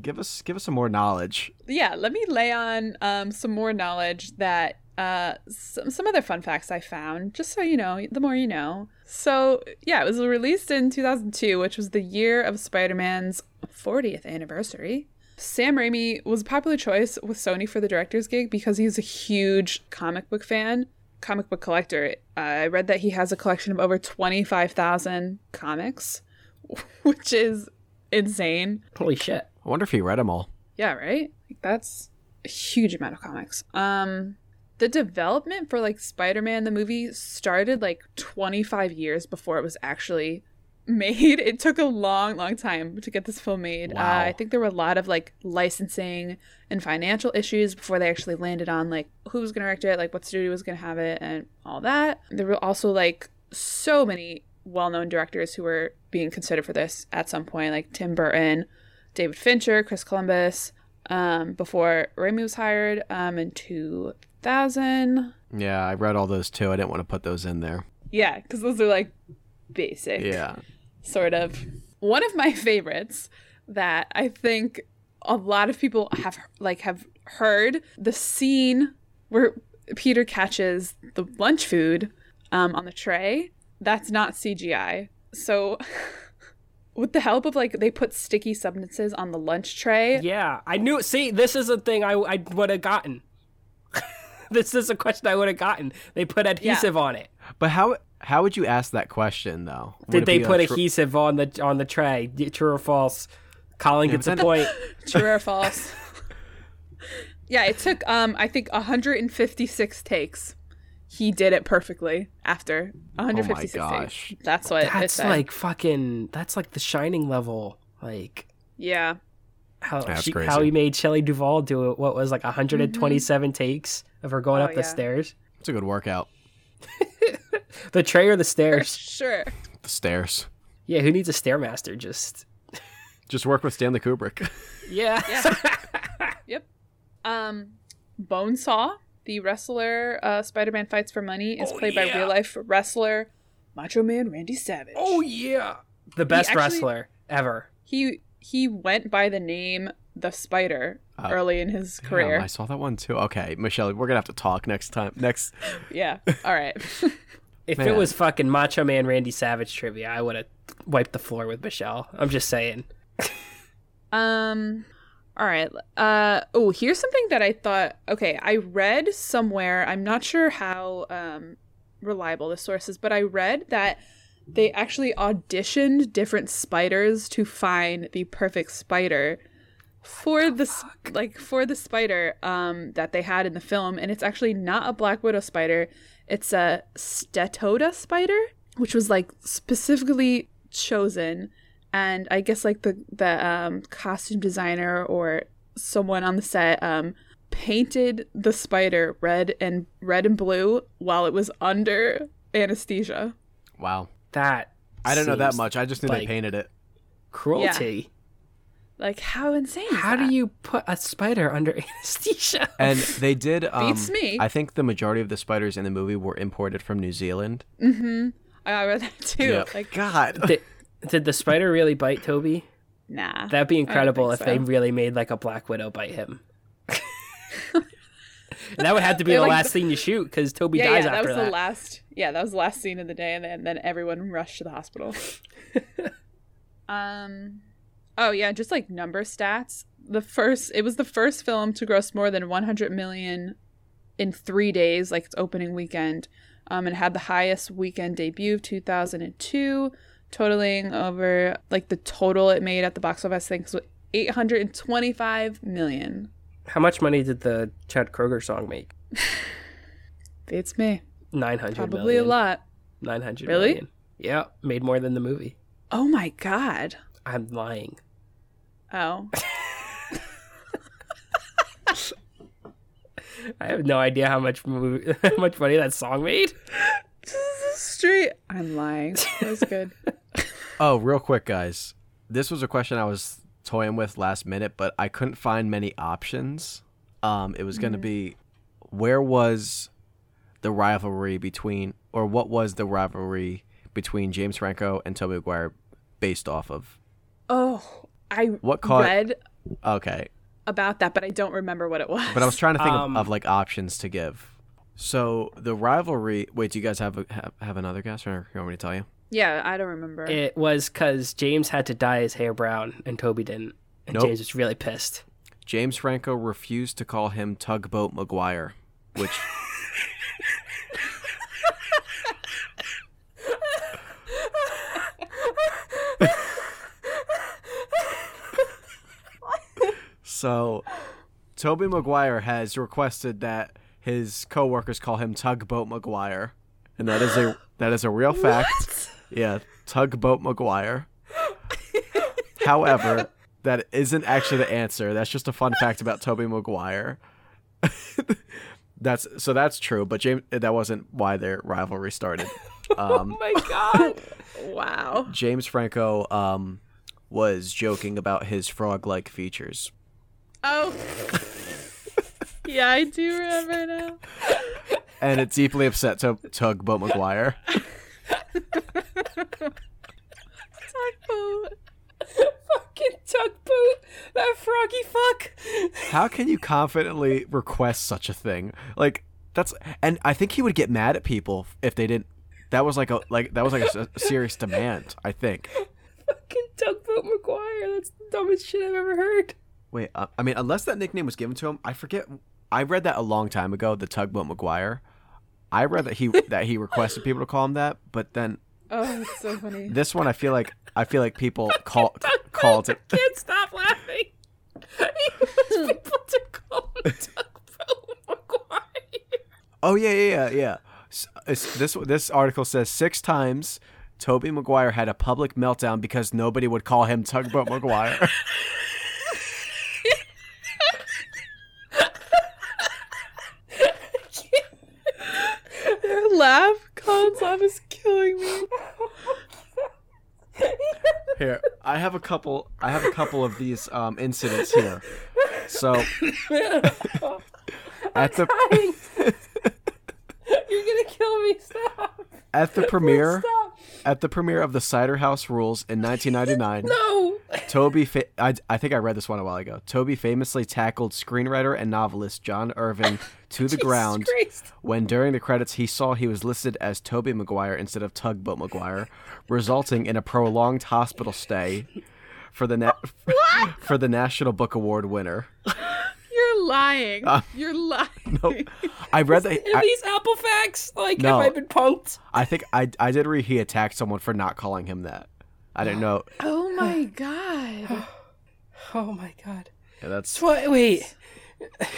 S2: give us give us some more knowledge.
S3: Yeah, let me lay on um, some more knowledge that uh, some, some other fun facts I found, just so you know, the more you know. So, yeah, it was released in 2002, which was the year of Spider Man's 40th anniversary. Sam Raimi was a popular choice with Sony for the director's gig because he's a huge comic book fan, comic book collector. Uh, I read that he has a collection of over 25,000 comics, which is insane.
S1: Holy shit.
S2: I wonder if he read them all.
S3: Yeah, right? Like that's a huge amount of comics. Um the development for like Spider-Man the movie started like 25 years before it was actually made. It took a long, long time to get this film made.
S2: Wow.
S3: Uh, I think there were a lot of like licensing and financial issues before they actually landed on like who was going to direct it, like what studio was going to have it and all that. There were also like so many well-known directors who were being considered for this at some point like Tim Burton, David Fincher, Chris Columbus, um, before Raimi was hired um, in 2000.
S2: Yeah, I read all those too. I didn't want to put those in there.
S3: Yeah, because those are like basic,
S2: Yeah.
S3: sort of. One of my favorites that I think a lot of people have like have heard the scene where Peter catches the lunch food um, on the tray. That's not CGI. So. With the help of like they put sticky substances on the lunch tray,
S1: Yeah, I knew. See, this is a thing I, I would have gotten. this is a question I would have gotten. They put adhesive on it.
S2: But how how would you ask that question though? Would
S1: Did
S2: it
S1: they
S2: be
S1: put
S2: a tr-
S1: adhesive on the on the tray? Y- True or false? Colin gets a
S2: but then-
S1: point.
S3: True or false? yeah, it took um I think 156 takes. He did it perfectly after 156
S2: gosh.
S3: takes. That's what it
S1: Oh That's
S3: said.
S1: like fucking. That's like the Shining level. Like
S3: yeah.
S1: how
S2: That's
S1: she,
S2: crazy.
S1: how he made Shelley Duvall do it. What was like 127 takes of her going
S3: Mm-hmm. Oh,
S1: up the
S3: yeah.
S1: stairs.
S2: It's a good workout.
S1: The tray or the
S3: For
S1: stairs?
S3: sure.
S2: The stairs.
S1: yeah, who needs a stairmaster? Just
S2: Just work with Stanley Kubrick.
S1: yeah.
S3: Yep. Um Bonesaw, the wrestler uh, Spider-Man fights for money is
S1: Oh,
S3: played by
S1: yeah.
S3: real-life wrestler Macho Man Randy Savage.
S1: oh yeah, the best
S3: actually-
S1: wrestler ever.
S3: He he went by the name The Spider
S2: Uh,
S3: early in his
S2: Damn,
S3: career.
S2: Oh, I saw that one too. Okay, Michelle, we're gonna have to talk next time. Next,
S3: Yeah. All right.
S1: If it
S2: Man.
S1: was fucking Macho Man Randy Savage trivia, I would have wiped the floor with Michelle. I'm just saying.
S3: Um all right. Uh oh, here's something that I thought okay, I read somewhere, I'm not sure how um reliable the source is, but I read that they actually auditioned different spiders to find the perfect spider for the s like for the spider um that they had in the film and it's actually not a black widow spider it's a stetoda spider which was like specifically chosen and i guess like the the um costume designer or someone on the set um painted the spider red and red and blue while it was under anesthesia
S2: Wow.
S1: That
S2: I don't know that
S1: seems
S2: much. I just knew they
S1: like
S2: painted it.
S1: Cruelty.
S3: like how insane is
S1: How
S3: that?
S1: do you put a spider under anesthesia?
S2: And they did. Um,
S3: Beats me.
S2: I think the majority of the spiders in the movie were imported from New Zealand.
S3: Mm-hmm. I I read that too.
S2: Yeah.
S3: Like,
S2: God.
S1: did, did the spider really bite Toby?
S3: nah.
S1: That'd be incredible if
S3: think
S1: they
S3: so.
S1: really made like a black widow bite him. and that would have to be the
S3: like-
S1: last thing you shoot because Toby
S3: yeah, yeah,
S1: dies
S3: that
S1: after
S3: was
S1: that.
S3: the last. Yeah, that was the last scene of the day, and then, then everyone rushed to the hospital. um, oh yeah, just like number stats. The first, it was the first film to gross more than 100 million in three days, like its opening weekend, um, and had the highest weekend debut of 2002, totaling over like the total it made at the box office. I think was 825 million.
S1: How much money did the Chad Kroger song make?
S3: It's me,
S1: 900
S3: probably a lot.
S1: 900
S3: Really?
S1: million. Yeah, made more than the movie.
S3: Oh my god.
S1: I'm lying.
S3: Oh.
S1: I have no idea how much movie, how much money that song made.
S3: straight. I'm lying. That was good.
S2: Oh, real quick, guys. This was a question I was toying with last minute, but I couldn't find many options. Um, it was going to be where was the rivalry between, or what was the rivalry between James Franco and Toby Maguire based off of?
S3: oh, I
S2: What caught-
S3: read
S2: Okay,
S3: about that, but I don't remember what it was.
S2: but I was trying to think
S1: Um,
S2: of, of like options to give. So the rivalry. Wait, do you guys have a, have, have another guess, or you want me to tell you?
S3: yeah, I don't remember.
S1: It was because James had to dye his hair brown and Toby didn't. And
S2: Nope.
S1: James was really pissed.
S2: James Franco refused to call him Tugboat McGuire, which So Toby McGuire has requested that his coworkers call him Tugboat McGuire. And that is a that is a real fact. Yeah, Tugboat McGuire. However, that isn't actually the answer. That's just a fun fact about Toby McGuire. that's so that's true, but James that wasn't why their rivalry started. Um,
S3: Oh my god! wow.
S2: James Franco um, was joking about his frog-like features.
S3: Oh. yeah, I do remember now.
S2: and it deeply upset to Tugboat McGuire.
S3: Tugboat.
S1: Fucking tugboat! That froggy fuck!
S2: How can you confidently request such a thing? Like that's and I think he would get mad at people if they didn't. That was like a like that was like a, s- a serious demand. I think.
S1: Fucking tugboat McGuire. That's the dumbest shit I've ever heard.
S2: Wait, uh, I mean, unless that nickname was given to him, I forget. I read that a long time ago. The Tugboat McGuire. I read that he that he requested people to call him that, but then
S3: Oh, that's so funny.
S2: this one, I feel like I feel like people call called it.
S1: Can't stop laughing. He was people to call him tugboat McGuire.
S2: Oh yeah, yeah, yeah, yeah. S- it's- this this article says six times Toby Maguire had a public meltdown because nobody would call him Tugboat Maguire.
S3: Their laugh, Colin's laugh is killing me.
S2: here, I have a couple. I have a couple of these um, incidents here. So at the
S1: You're gonna kill me. Stop.
S2: at the premiere
S1: Stop.
S2: at the premiere of the Cider House Rules in 1999.
S1: No.
S3: Oh,
S2: Toby, fa- I, I think I read this one a while ago. Toby famously tackled screenwriter and novelist John Irvin to the ground
S1: Christ.
S2: when, during the credits, he saw he was listed as Toby Maguire instead of Tugboat Maguire, resulting in a prolonged hospital stay. for the na- for the National Book Award winner.
S3: You're lying. You're lying.
S2: Nope. Oh, I read that
S1: Are
S2: I,
S1: these Apple facts? Like,
S2: No.
S1: have I been punked?
S2: I think I I did read he attacked someone for not calling him that. I didn't know.
S3: Oh my god.
S1: Oh my god.
S2: Yeah, that's
S1: Tw- wait.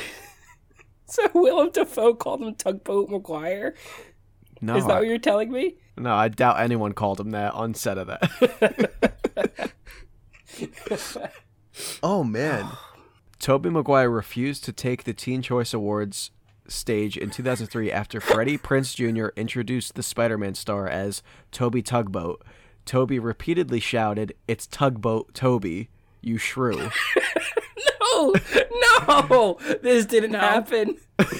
S1: so Willem Dafoe called him Tugboat McGuire?
S2: no.
S1: Is that what you're telling me?
S2: No, I doubt anyone called him that on set of that. oh man. Toby Maguire refused to take the Teen Choice Awards stage in 2003 after Freddie Prince Jr. introduced the Spider-Man star as Toby Tugboat. Toby repeatedly shouted, "It's Tugboat Toby, you shrew."
S1: No, no, this didn't happen.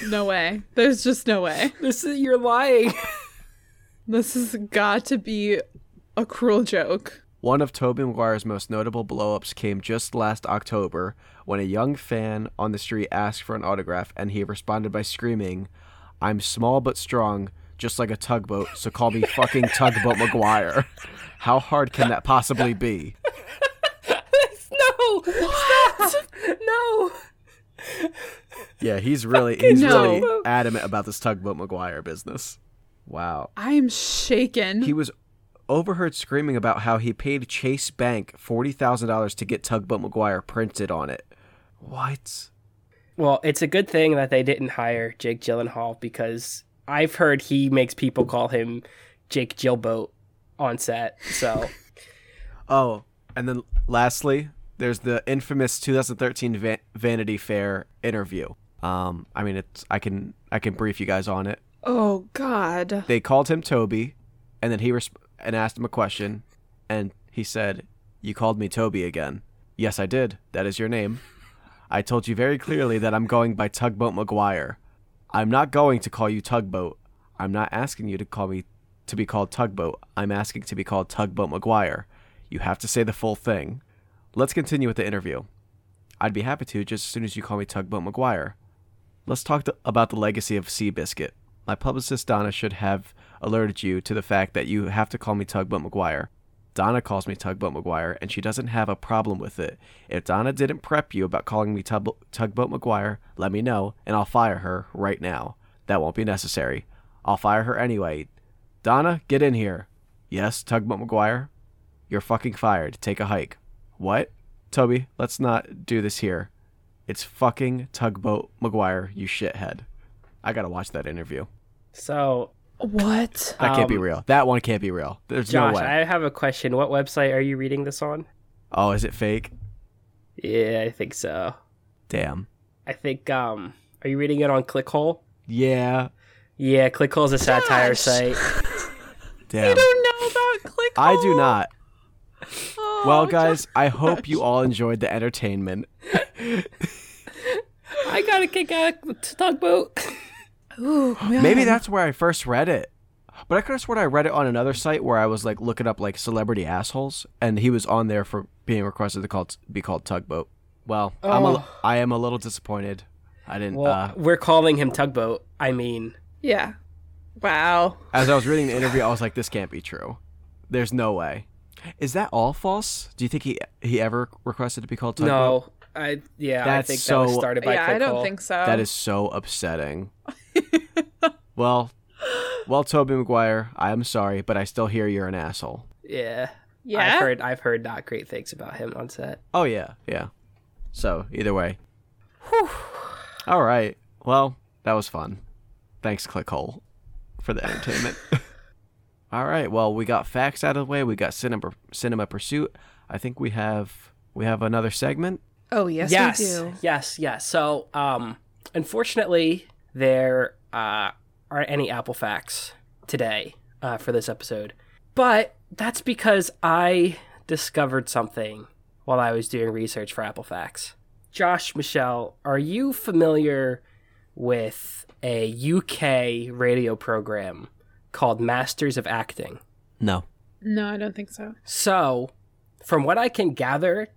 S3: No way. There's just no way.
S1: This is you're lying.
S3: This has got to be a cruel joke.
S2: One of Toby Maguire's most notable blow-ups came just last October when a young fan on the street asked for an autograph and he responded by screaming, "I'm small but strong, just like a tugboat, so call me fucking Tugboat Maguire." How hard can that possibly be?
S1: no, stop. No,
S2: Yeah, he's really he's
S3: no.
S2: really adamant about this Tugboat Maguire business. Wow.
S3: I am shaken.
S2: He was overheard screaming about how he paid Chase Bank $40,000 to get Tugboat Maguire printed on it. What?
S1: Well, it's a good thing that they didn't hire Jake Gyllenhaal because I've heard he makes people call him Jake Gilboat on set. So
S2: Oh, and then lastly, there's the infamous 2013 Va- Vanity Fair interview. Um, I mean, it's I can I can brief you guys on it.
S3: oh god.
S2: They called him Toby, and then he resp- and asked him a question, and he said, "You called me Toby again." Yes, I did. That is your name. I told you very clearly that I'm going by Tugboat McGuire. I'm not going to call you Tugboat. I'm not asking you to call me to be called Tugboat. I'm asking to be called Tugboat McGuire. You have to say the full thing. Let's continue with the interview. I'd be happy to just as soon as you call me Tugboat McGuire. Let's talk th- about the legacy of Seabiscuit. My publicist Donna should have alerted you to the fact that you have to call me Tugboat McGuire. Donna calls me Tugboat McGuire, and she doesn't have a problem with it. If Donna didn't prep you about calling me Tub- Tugboat McGuire, let me know, and I'll fire her right now. That won't be necessary. I'll fire her anyway. Donna, get in here. Yes, Tugboat McGuire? You're fucking fired. Take a hike. What? Toby, let's not do this here. It's fucking Tugboat McGuire, you shithead. I gotta watch that interview.
S1: so
S3: What?
S2: That can't be
S1: Um,
S2: real. That one can't be real. There's
S1: Josh,
S2: no way.
S1: I have a question. What website are you reading this on?
S2: Oh, is it fake?
S1: Yeah, I think so.
S2: Damn.
S1: I think um are you reading it on Clickhole?
S2: Yeah.
S1: Yeah, Clickhole's a satire
S3: Josh.
S1: site.
S2: Damn.
S3: don't know about click.
S2: I do not.
S3: Oh,
S2: Well, guys, I hope you all enjoyed the entertainment.
S1: I got to kick out of Tugboat.
S3: Ooh,
S2: Maybe
S3: man.
S2: that's where I first read it. But I could have sworn I read it on another site where I was like looking up like celebrity assholes, and he was on there for being requested to call be called Tugboat. Well, I'm a,
S1: Oh.
S2: I am a little disappointed. I didn't.
S1: Well,
S2: uh,
S1: we're calling him Tugboat. I mean,
S3: Yeah. Wow.
S2: as I was reading the interview, I was like, "This can't be true. There's no way." Is that all false? Do you think he he ever requested to be called Tugboat?
S1: no. I yeah, I
S2: That's
S1: think that was
S2: so-
S1: started by
S3: Yeah, I don't
S1: Clickhole.
S3: think so.
S2: That is so upsetting. well, well, Toby Maguire, I am sorry, but I still hear you're an asshole.
S1: Yeah.
S3: Yeah.
S1: I've heard I've heard not great things about him on set.
S2: Oh yeah, yeah. So either way. All right. Well, that was fun. Thanks, Clickhole, for the entertainment. All right. Well, we got facts out of the way. We got cinema cinema pursuit. I think we have we have another segment.
S3: oh yes,
S1: yes,
S3: we do.
S1: yes, yes. So, um, unfortunately, there uh, aren't any Apple facts today uh, for this episode, but that's because I discovered something while I was doing research for Apple facts. Josh, Michelle, are you familiar with a UK radio program called Masters of Acting?
S2: No.
S3: No, I don't think so.
S1: So, from what I can gather,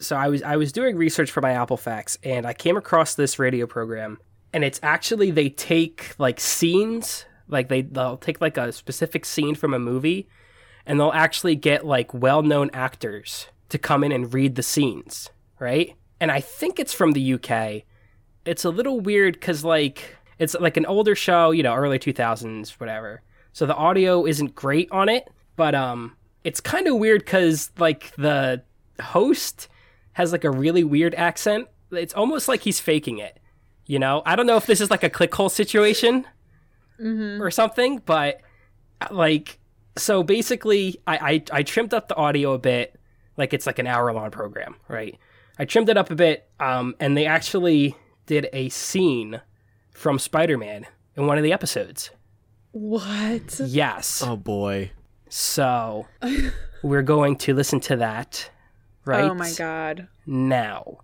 S1: so I was I was doing research for my Apple Facts, and I came across this radio program, and it's actually they take like scenes, like they they'll take like a specific scene from a movie, and they'll actually get like well known actors to come in and read the scenes, right? And I think it's from the UK. It's a little weird because, like, it's like an older show, you know, early 2000s, whatever. So the audio isn't great on it, but um, it's kind of weird because, like, the host has, like, a really weird accent. It's almost like he's faking it, you know? I don't know if this is, like, a clickhole situation
S3: Mm-hmm.
S1: or something, but like so basically I, I I trimmed up the audio a bit, like it's like an hour long program, right? I trimmed it up a bit, um, and they actually did a scene from Spider Man in one of the episodes.
S3: What?
S1: Yes.
S2: Oh boy.
S1: So we're going to listen to that right
S3: Oh my god.
S1: now.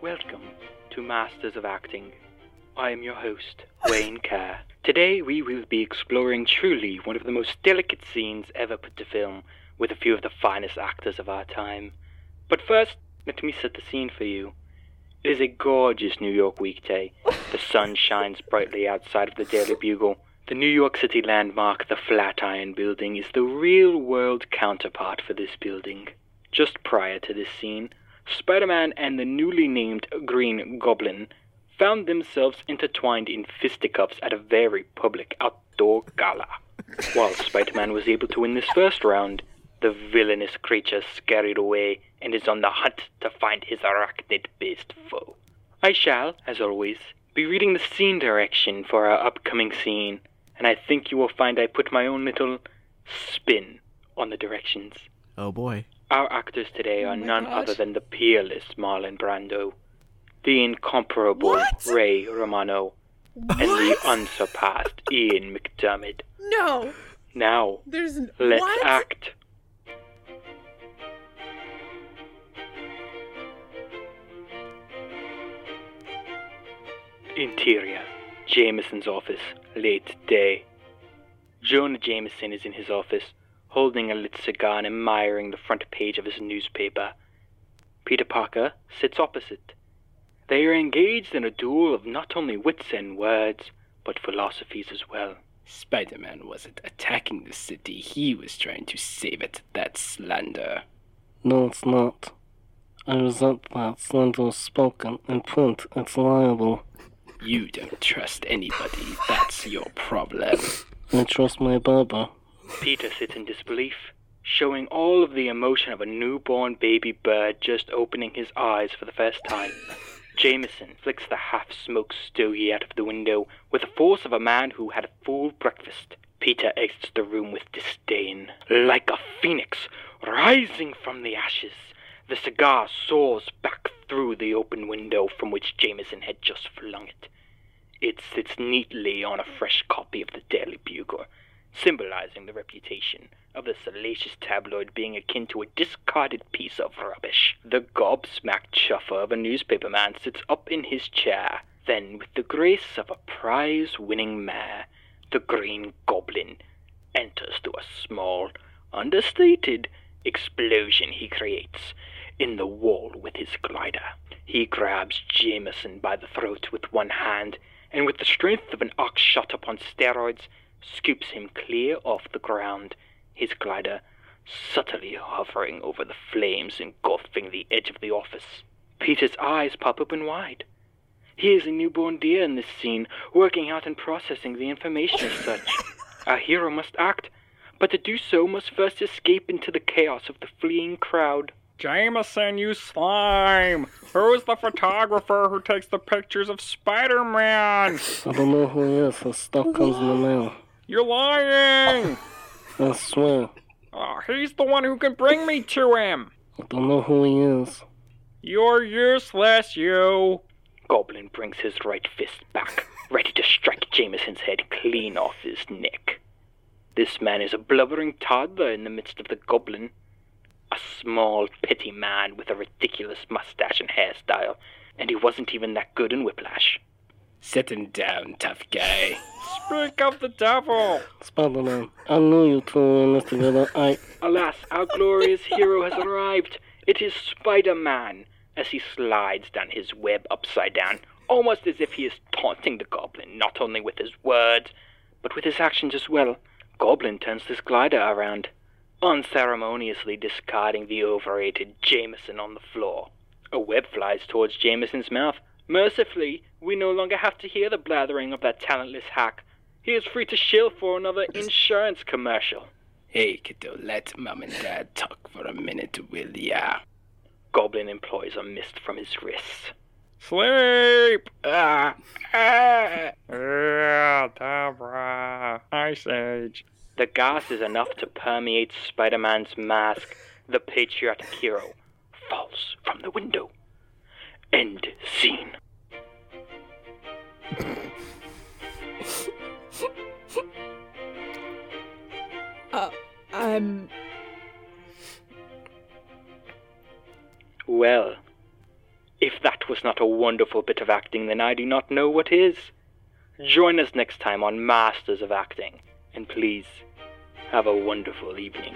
S4: Welcome to Masters of Acting. I am your host, Wayne Kerr. Today we will be exploring truly one of the most delicate scenes ever put to film with a few of the finest actors of our time. But first, let me set the scene for you. It is a gorgeous New York weekday. The sun shines brightly outside of the Daily Bugle. The New York City landmark, the Flatiron Building, is the real world counterpart for this building. Just prior to this scene, Spider Man and the newly named Green Goblin found themselves intertwined in fisticuffs at a very public outdoor gala. While Spider Man was able to win this first round, the villainous creature scurried away and is on the hunt to find his arachnid based foe. I shall, as always, be reading the scene direction for our upcoming scene, and I think you will find I put my own little spin on the directions.
S2: Oh boy.
S4: Our actors today
S3: Oh
S4: are
S3: my
S4: none
S3: God.
S4: other than the peerless Marlon Brando, the incomparable
S3: What?
S4: Ray Romano, and the unsurpassed Ian McDermott.
S3: No.
S4: Now,
S3: There's n-
S4: let's
S3: what?
S4: act. Interior Jameson's office, late day. Jonah Jameson is in his office, holding a lit cigar and admiring the front page of his newspaper. Peter Parker sits opposite. They are engaged in a duel of not only wits and words, but philosophies as well.
S5: Spider Man wasn't attacking the city, he was trying to save it. That's slander.
S6: No, it's not. I resent that slander spoken in print. It's liable.
S5: You don't trust anybody, that's your problem.
S6: I trust my barber.
S4: Peter sits in disbelief, showing all of the emotion of a newborn baby bird just opening his eyes for the first time. Jameson flicks the half smoked stogie out of the window with the force of a man who had a full breakfast. Peter exits the room with disdain. Like a phoenix rising from the ashes, the cigar soars back through the open window from which Jameson had just flung it. It sits neatly on a fresh copy of the Daily Bugle, symbolizing the reputation of the salacious tabloid being akin to a discarded piece of rubbish. The gobsmacked chuffer of a newspaperman sits up in his chair. Then, with the grace of a prize winning mare, the Green Goblin enters through a small, understated explosion he creates in the wall with his glider. He grabs Jameson by the throat with one hand, and with the strength of an ox shot upon steroids, scoops him clear off the ground, his glider subtly hovering over the flames engulfing the edge of the office. Peter's eyes pop open wide. He is a newborn deer in this scene, working out and processing the information as such. Our hero must act, but to do so must first escape into the chaos of the fleeing crowd.
S7: Jameson, you slime! Who's the photographer who takes the pictures of Spider Man?
S6: I don't know who he is. His stuff comes in the mail.
S7: You're lying!
S6: I swear.
S7: Oh, he's the one who can bring me to him!
S6: I don't know who he is.
S7: You're useless, you!
S4: Goblin brings his right fist back, ready to strike Jameson's head clean off his neck. This man is a blubbering toddler in the midst of the goblin. A small, petty man with a ridiculous mustache and hairstyle, and he wasn't even that good in Whiplash.
S5: Set him down, tough guy.
S7: Speak of the devil!
S6: Spider Man. I knew you two were in this together. I.
S4: Alas, our glorious hero has arrived. It is Spider Man, as he slides down his web upside down, almost as if he is taunting the goblin, not only with his words, but with his actions as well. Goblin turns his glider around, unceremoniously discarding the overrated Jameson on the floor. A web flies towards Jameson's mouth. Mercifully, we no longer have to hear the blathering of that talentless hack. He is free to shill for another insurance commercial.
S5: Hey, kiddo, let mom and dad talk for a minute, will ya?
S4: Goblin employs a mist from his wrists.
S7: Sleep! Ah, ah, ah, Deborah, Ice Age.
S4: The gas is enough to permeate Spider Man's mask, the patriotic hero. Falls from the window. End scene.
S3: I'm
S4: Well, if that was not a wonderful bit of acting, then I do not know what is. Join us next time on Masters of Acting, and please have a wonderful evening.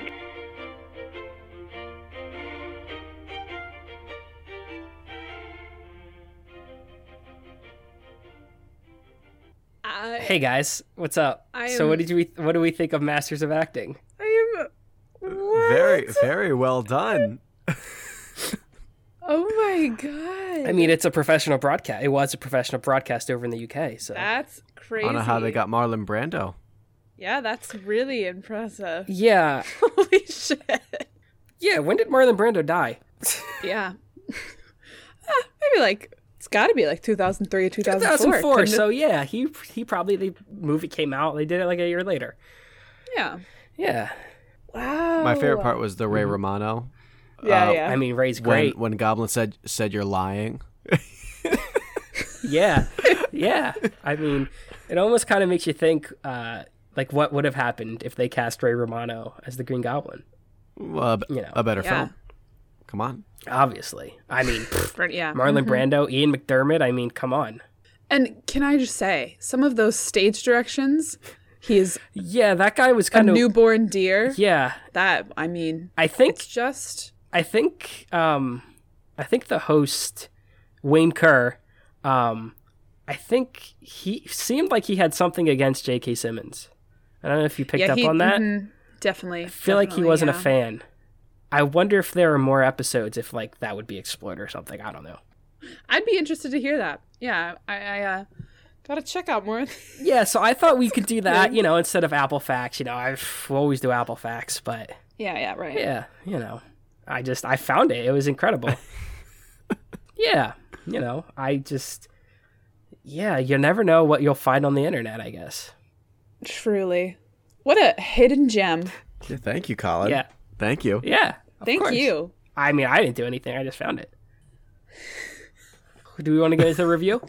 S3: I
S1: Hey guys, what's up?
S3: I
S1: So
S3: am-
S1: what did we what do we think of Masters of Acting?
S3: I am what?
S2: Very, very well done.
S3: Oh my god.
S1: I mean, it's a professional broadcast. It was a professional broadcast over in the UK. So
S3: that's
S2: I
S3: crazy.
S2: don't know how they got Marlon Brando.
S3: Yeah, that's really impressive.
S1: yeah,
S3: Holy shit.
S1: yeah. When did Marlon Brando die?
S3: Yeah. Ah, maybe like it's got to be like 2003 or 2004.
S1: 2004.
S3: couldn't it?
S1: So yeah, he he probably the movie came out. They did it like a year later.
S3: yeah.
S1: Yeah.
S3: Wow.
S2: My favorite part was the Ray Romano
S3: Yeah,
S2: uh,
S3: yeah.
S1: I mean, Ray's
S2: when
S1: great.
S2: when Goblin said said you're lying.
S1: yeah, yeah. I mean, it almost kind of makes you think, uh, like, what would have happened if they cast Ray Romano as the Green Goblin?
S2: Well, a, b-
S1: You know.
S2: a better
S3: Yeah.
S2: film. Come on.
S1: Obviously. I mean, pfft,
S3: For- yeah. Mm-hmm.
S1: Marlon Brando, Ian McDermott. I mean, come on.
S3: And can I just say, some of those stage directions, he is
S1: Yeah, that guy was
S3: a
S1: kind of.
S3: newborn deer.
S1: yeah,
S3: That I mean,
S1: I think
S3: it's just
S1: I think um I think the host Wayne Kerr um I think he seemed like he had something against J.K. Simmons. I don't know if you picked
S3: yeah,
S1: up
S3: he-
S1: on that.
S3: mhm, definitely.
S1: I feel like he
S3: definitely,
S1: wasn't
S3: yeah.
S1: a fan. I wonder if there are more episodes if like that would be explored or something. I don't know.
S3: I'd be interested to hear that. Yeah, I, I uh, gotta check out more.
S1: Yeah, so I thought we could do that, you know, instead of Apple Facts, you know. I we always do Apple Facts, but
S3: yeah, yeah, right.
S1: yeah, you know, I just I found it. It was incredible. yeah, you know, I just yeah, you never know what you'll find on the internet. I guess.
S3: Truly, what a hidden gem.
S2: Yeah, thank you, Colin.
S1: Yeah.
S2: Thank you.
S1: Yeah. of
S3: Thank
S1: course.
S3: you.
S1: I mean, I didn't do anything. I just found it. Do we want to get into the review?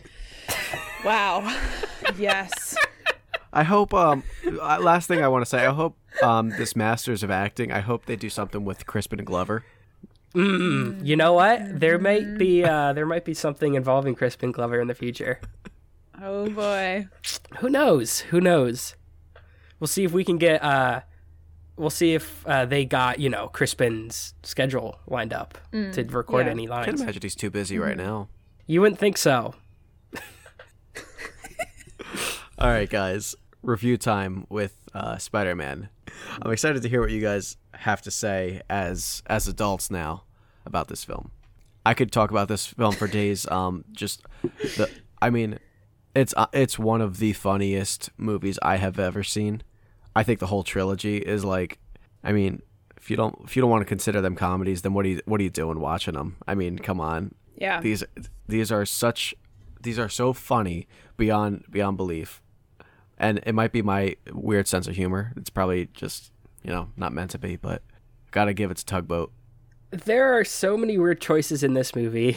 S3: Wow. yes.
S2: I hope. Um, uh, last thing I want to say, I hope um this Masters of Acting. I hope they do something with Crispin Glover.
S1: Mm, you know what? There might be uh, there might be something involving Crispin Glover in the future.
S3: Oh boy.
S1: Who knows? Who knows? We'll see if we can get. uh We'll see if uh, they got you know Crispin's schedule lined up
S3: Mm.
S1: to record
S3: yeah.
S1: any
S2: I can't
S1: lines.
S2: imagine he's too busy right now.
S1: You wouldn't think so.
S2: All right, guys. Review time with uh, Spider Man. I'm excited to hear what you guys have to say as as adults now about this film. I could talk about this film for days. Um, just the, I mean, it's uh, it's one of the funniest movies I have ever seen. I think the whole trilogy is like, I mean, if you don't if you don't want to consider them comedies, then what are you what are you doing watching them? I mean, come on,
S3: Yeah.
S2: these these are such these are so funny beyond beyond belief and it might be my weird sense of humor it's probably just you know not meant to be but gotta give it to tugboat
S1: There are so many weird choices in this movie.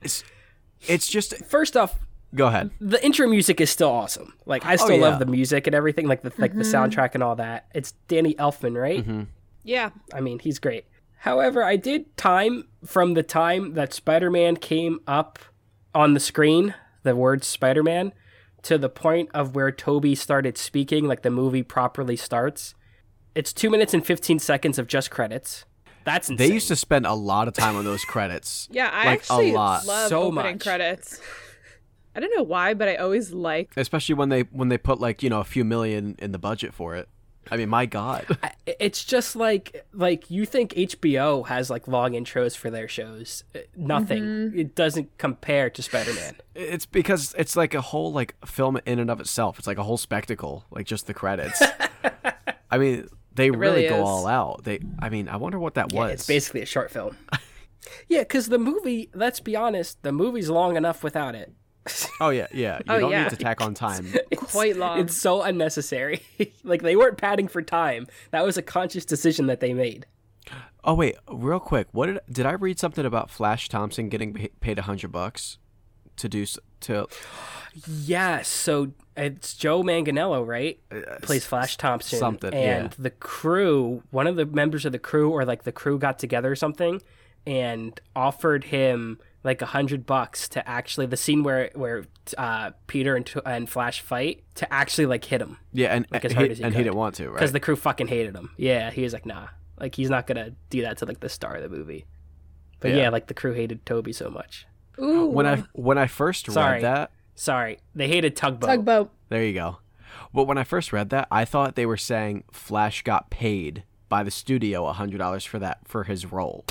S2: it's just
S1: First off,
S2: go ahead
S1: the intro music is still awesome. Like I still
S2: yeah.
S1: love the music and everything, like the like the soundtrack and all that. It's Danny Elfman, right?
S3: yeah.
S1: I mean, he's great. However, I did time from the time that Spider Man came up on the screen, the word Spider Man, to the point of where Toby started speaking, like the movie properly starts. It's two minutes and 15 seconds of just credits. That's
S2: they
S1: insane.
S2: used to spend a lot of time on those credits
S3: Yeah.
S2: Like,
S3: I
S2: a
S3: actually
S2: lot.
S3: love
S1: So
S3: opening
S1: much.
S3: credits. I don't know why, but I always like
S2: especially when they when they put like you know a few million in the budget for it. I mean, my God,
S1: I- it's just like like you think HBO has like long intros for their shows. Uh, Nothing. It doesn't compare to Spider Man.
S2: it's because it's like a whole like film in and of itself. It's like a whole spectacle, like just the credits. I mean, they really,
S3: really
S2: go
S3: is.
S2: all out. They, I mean, I wonder what that
S1: Yeah,
S2: was.
S1: it's basically a short film. yeah, because the movie. Let's be honest, the movie's long enough without it.
S2: oh yeah, yeah. You
S3: Oh,
S2: don't
S3: yeah.
S2: need to tack on time.
S3: quite long.
S1: It's so unnecessary. like they weren't padding for time. That was a conscious decision that they made.
S2: Oh wait, real quick, what did did I read something about Flash Thompson getting pa- paid a hundred bucks to do s- to?
S1: Yeah, so it's Joe Manganello, right?
S2: uh,
S1: Plays Flash Thompson.
S2: something,
S1: And
S2: yeah.
S1: the crew, one of the members of the crew, or like the crew got together or something and offered him like a hundred bucks to actually the scene where where uh, Peter and, and Flash fight to actually like hit him
S2: Yeah, and
S1: Like, as
S2: he-
S1: hard as he
S2: and he
S1: could.
S2: didn't want to,
S1: because
S2: right?
S1: the crew fucking hated him. Yeah, he was like, nah, like he's not gonna do that to like the star of the movie. But
S2: Yeah.
S1: yeah, like the crew hated Toby so much.
S3: Ooh,
S2: Uh, when I when I first
S1: Sorry.
S2: read that,
S1: Sorry, they hated Tugboat.
S3: tugboat.
S2: There you go. But when I first read that, I thought they were saying Flash got paid by the studio $100 for that for his role.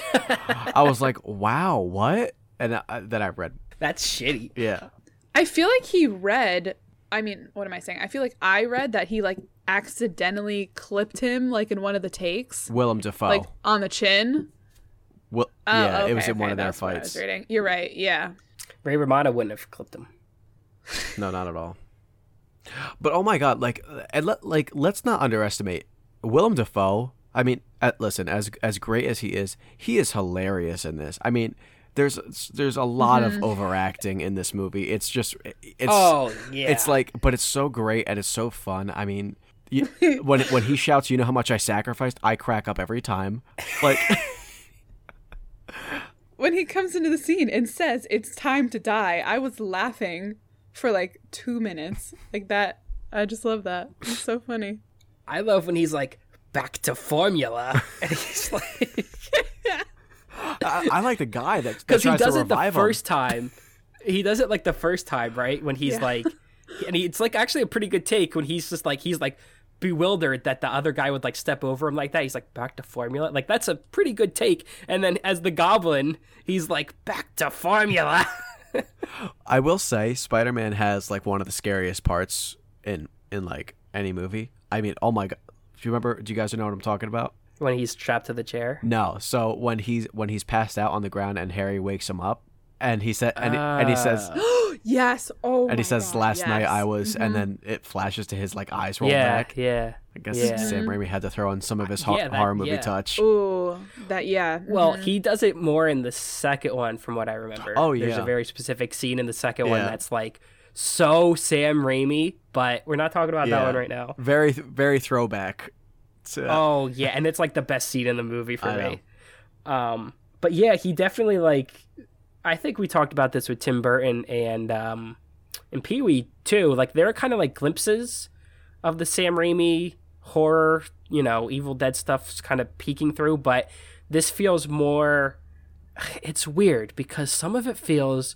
S2: I was like, "Wow, what?" And I, then I read,
S1: That's shitty.
S2: yeah.
S3: I feel like he read. I mean, what am I saying? I feel like I read that he like accidentally clipped him like in one of the takes,
S2: Willem Dafoe.
S3: like on the chin.
S2: Will,
S3: Oh,
S2: yeah,
S3: okay,
S2: it was in
S3: okay,
S2: one of their
S3: that's what I was
S2: fights.
S3: reading. You're right. Yeah.
S1: Ray Romano wouldn't have clipped him.
S2: No, not at all. But oh my god, like and let like let's not underestimate Willem Dafoe. I mean, uh, listen, as as great as he is, he is hilarious in this. I mean, there's there's a lot
S3: Mm-hmm.
S2: of overacting in this movie. It's just it's
S1: oh yeah,
S2: it's like but it's so great and it's so fun. I mean, you, when when he shouts, "You know how much I sacrificed?" I crack up every time. Like
S3: When he comes into the scene and says it's time to die, I was laughing for like two minutes. Like that. I just love that. It's so funny.
S1: I love when he's like back to formula, and he's like
S2: I, I like the guy that
S1: because
S2: because
S1: he does
S2: to
S1: it the
S2: revive him.
S1: first time. He does it like the first time, right? When he's like, and he, it's like actually a pretty good take when he's just like he's like bewildered that the other guy would like step over him like that. He's like back to formula, like that's a pretty good take. And then as the goblin, he's like back to formula.
S2: I will say Spider Man has like one of the scariest parts in in like any movie. I mean, oh my god. Do you remember do you guys know what I'm talking about?
S1: when he's strapped to the chair.
S2: No. So when he's when he's passed out on the ground and Harry wakes him up and he said and, he- and he says
S1: Ah.
S3: yes. Oh.
S2: and he
S3: my
S2: says
S3: God,
S2: last night
S3: yes. Mm-hmm.
S2: I was and then it flashes to his like eyes roll
S1: Mm-hmm. yeah,
S2: back.
S1: yeah.
S2: I guess
S1: yeah. Uh,
S2: Sam Raimi had to throw in some of his ho-
S1: Yeah, that-
S2: horror movie
S1: yeah. Oh.
S2: touch.
S3: Ooh. That. Yeah.
S1: Well,
S3: mhm.
S1: he does it more in the second one, from what I remember.
S2: Oh,
S1: There's a
S2: yeah.
S1: very specific scene in the second one
S2: Yeah.
S1: that's like so Sam Raimi, but we're not talking about that
S2: Yeah.
S1: one right now.
S2: Very very throwback. To,
S1: Oh yeah, and it's like the best scene in the movie for
S2: I know.
S1: me. Um, but yeah, he definitely like. I think we talked about this with Tim Burton and um, and Pee Wee too. Like there are kind of like glimpses of the Sam Raimi horror, you know, Evil Dead stuff's kind of peeking through, but this feels more. It's weird because some of it feels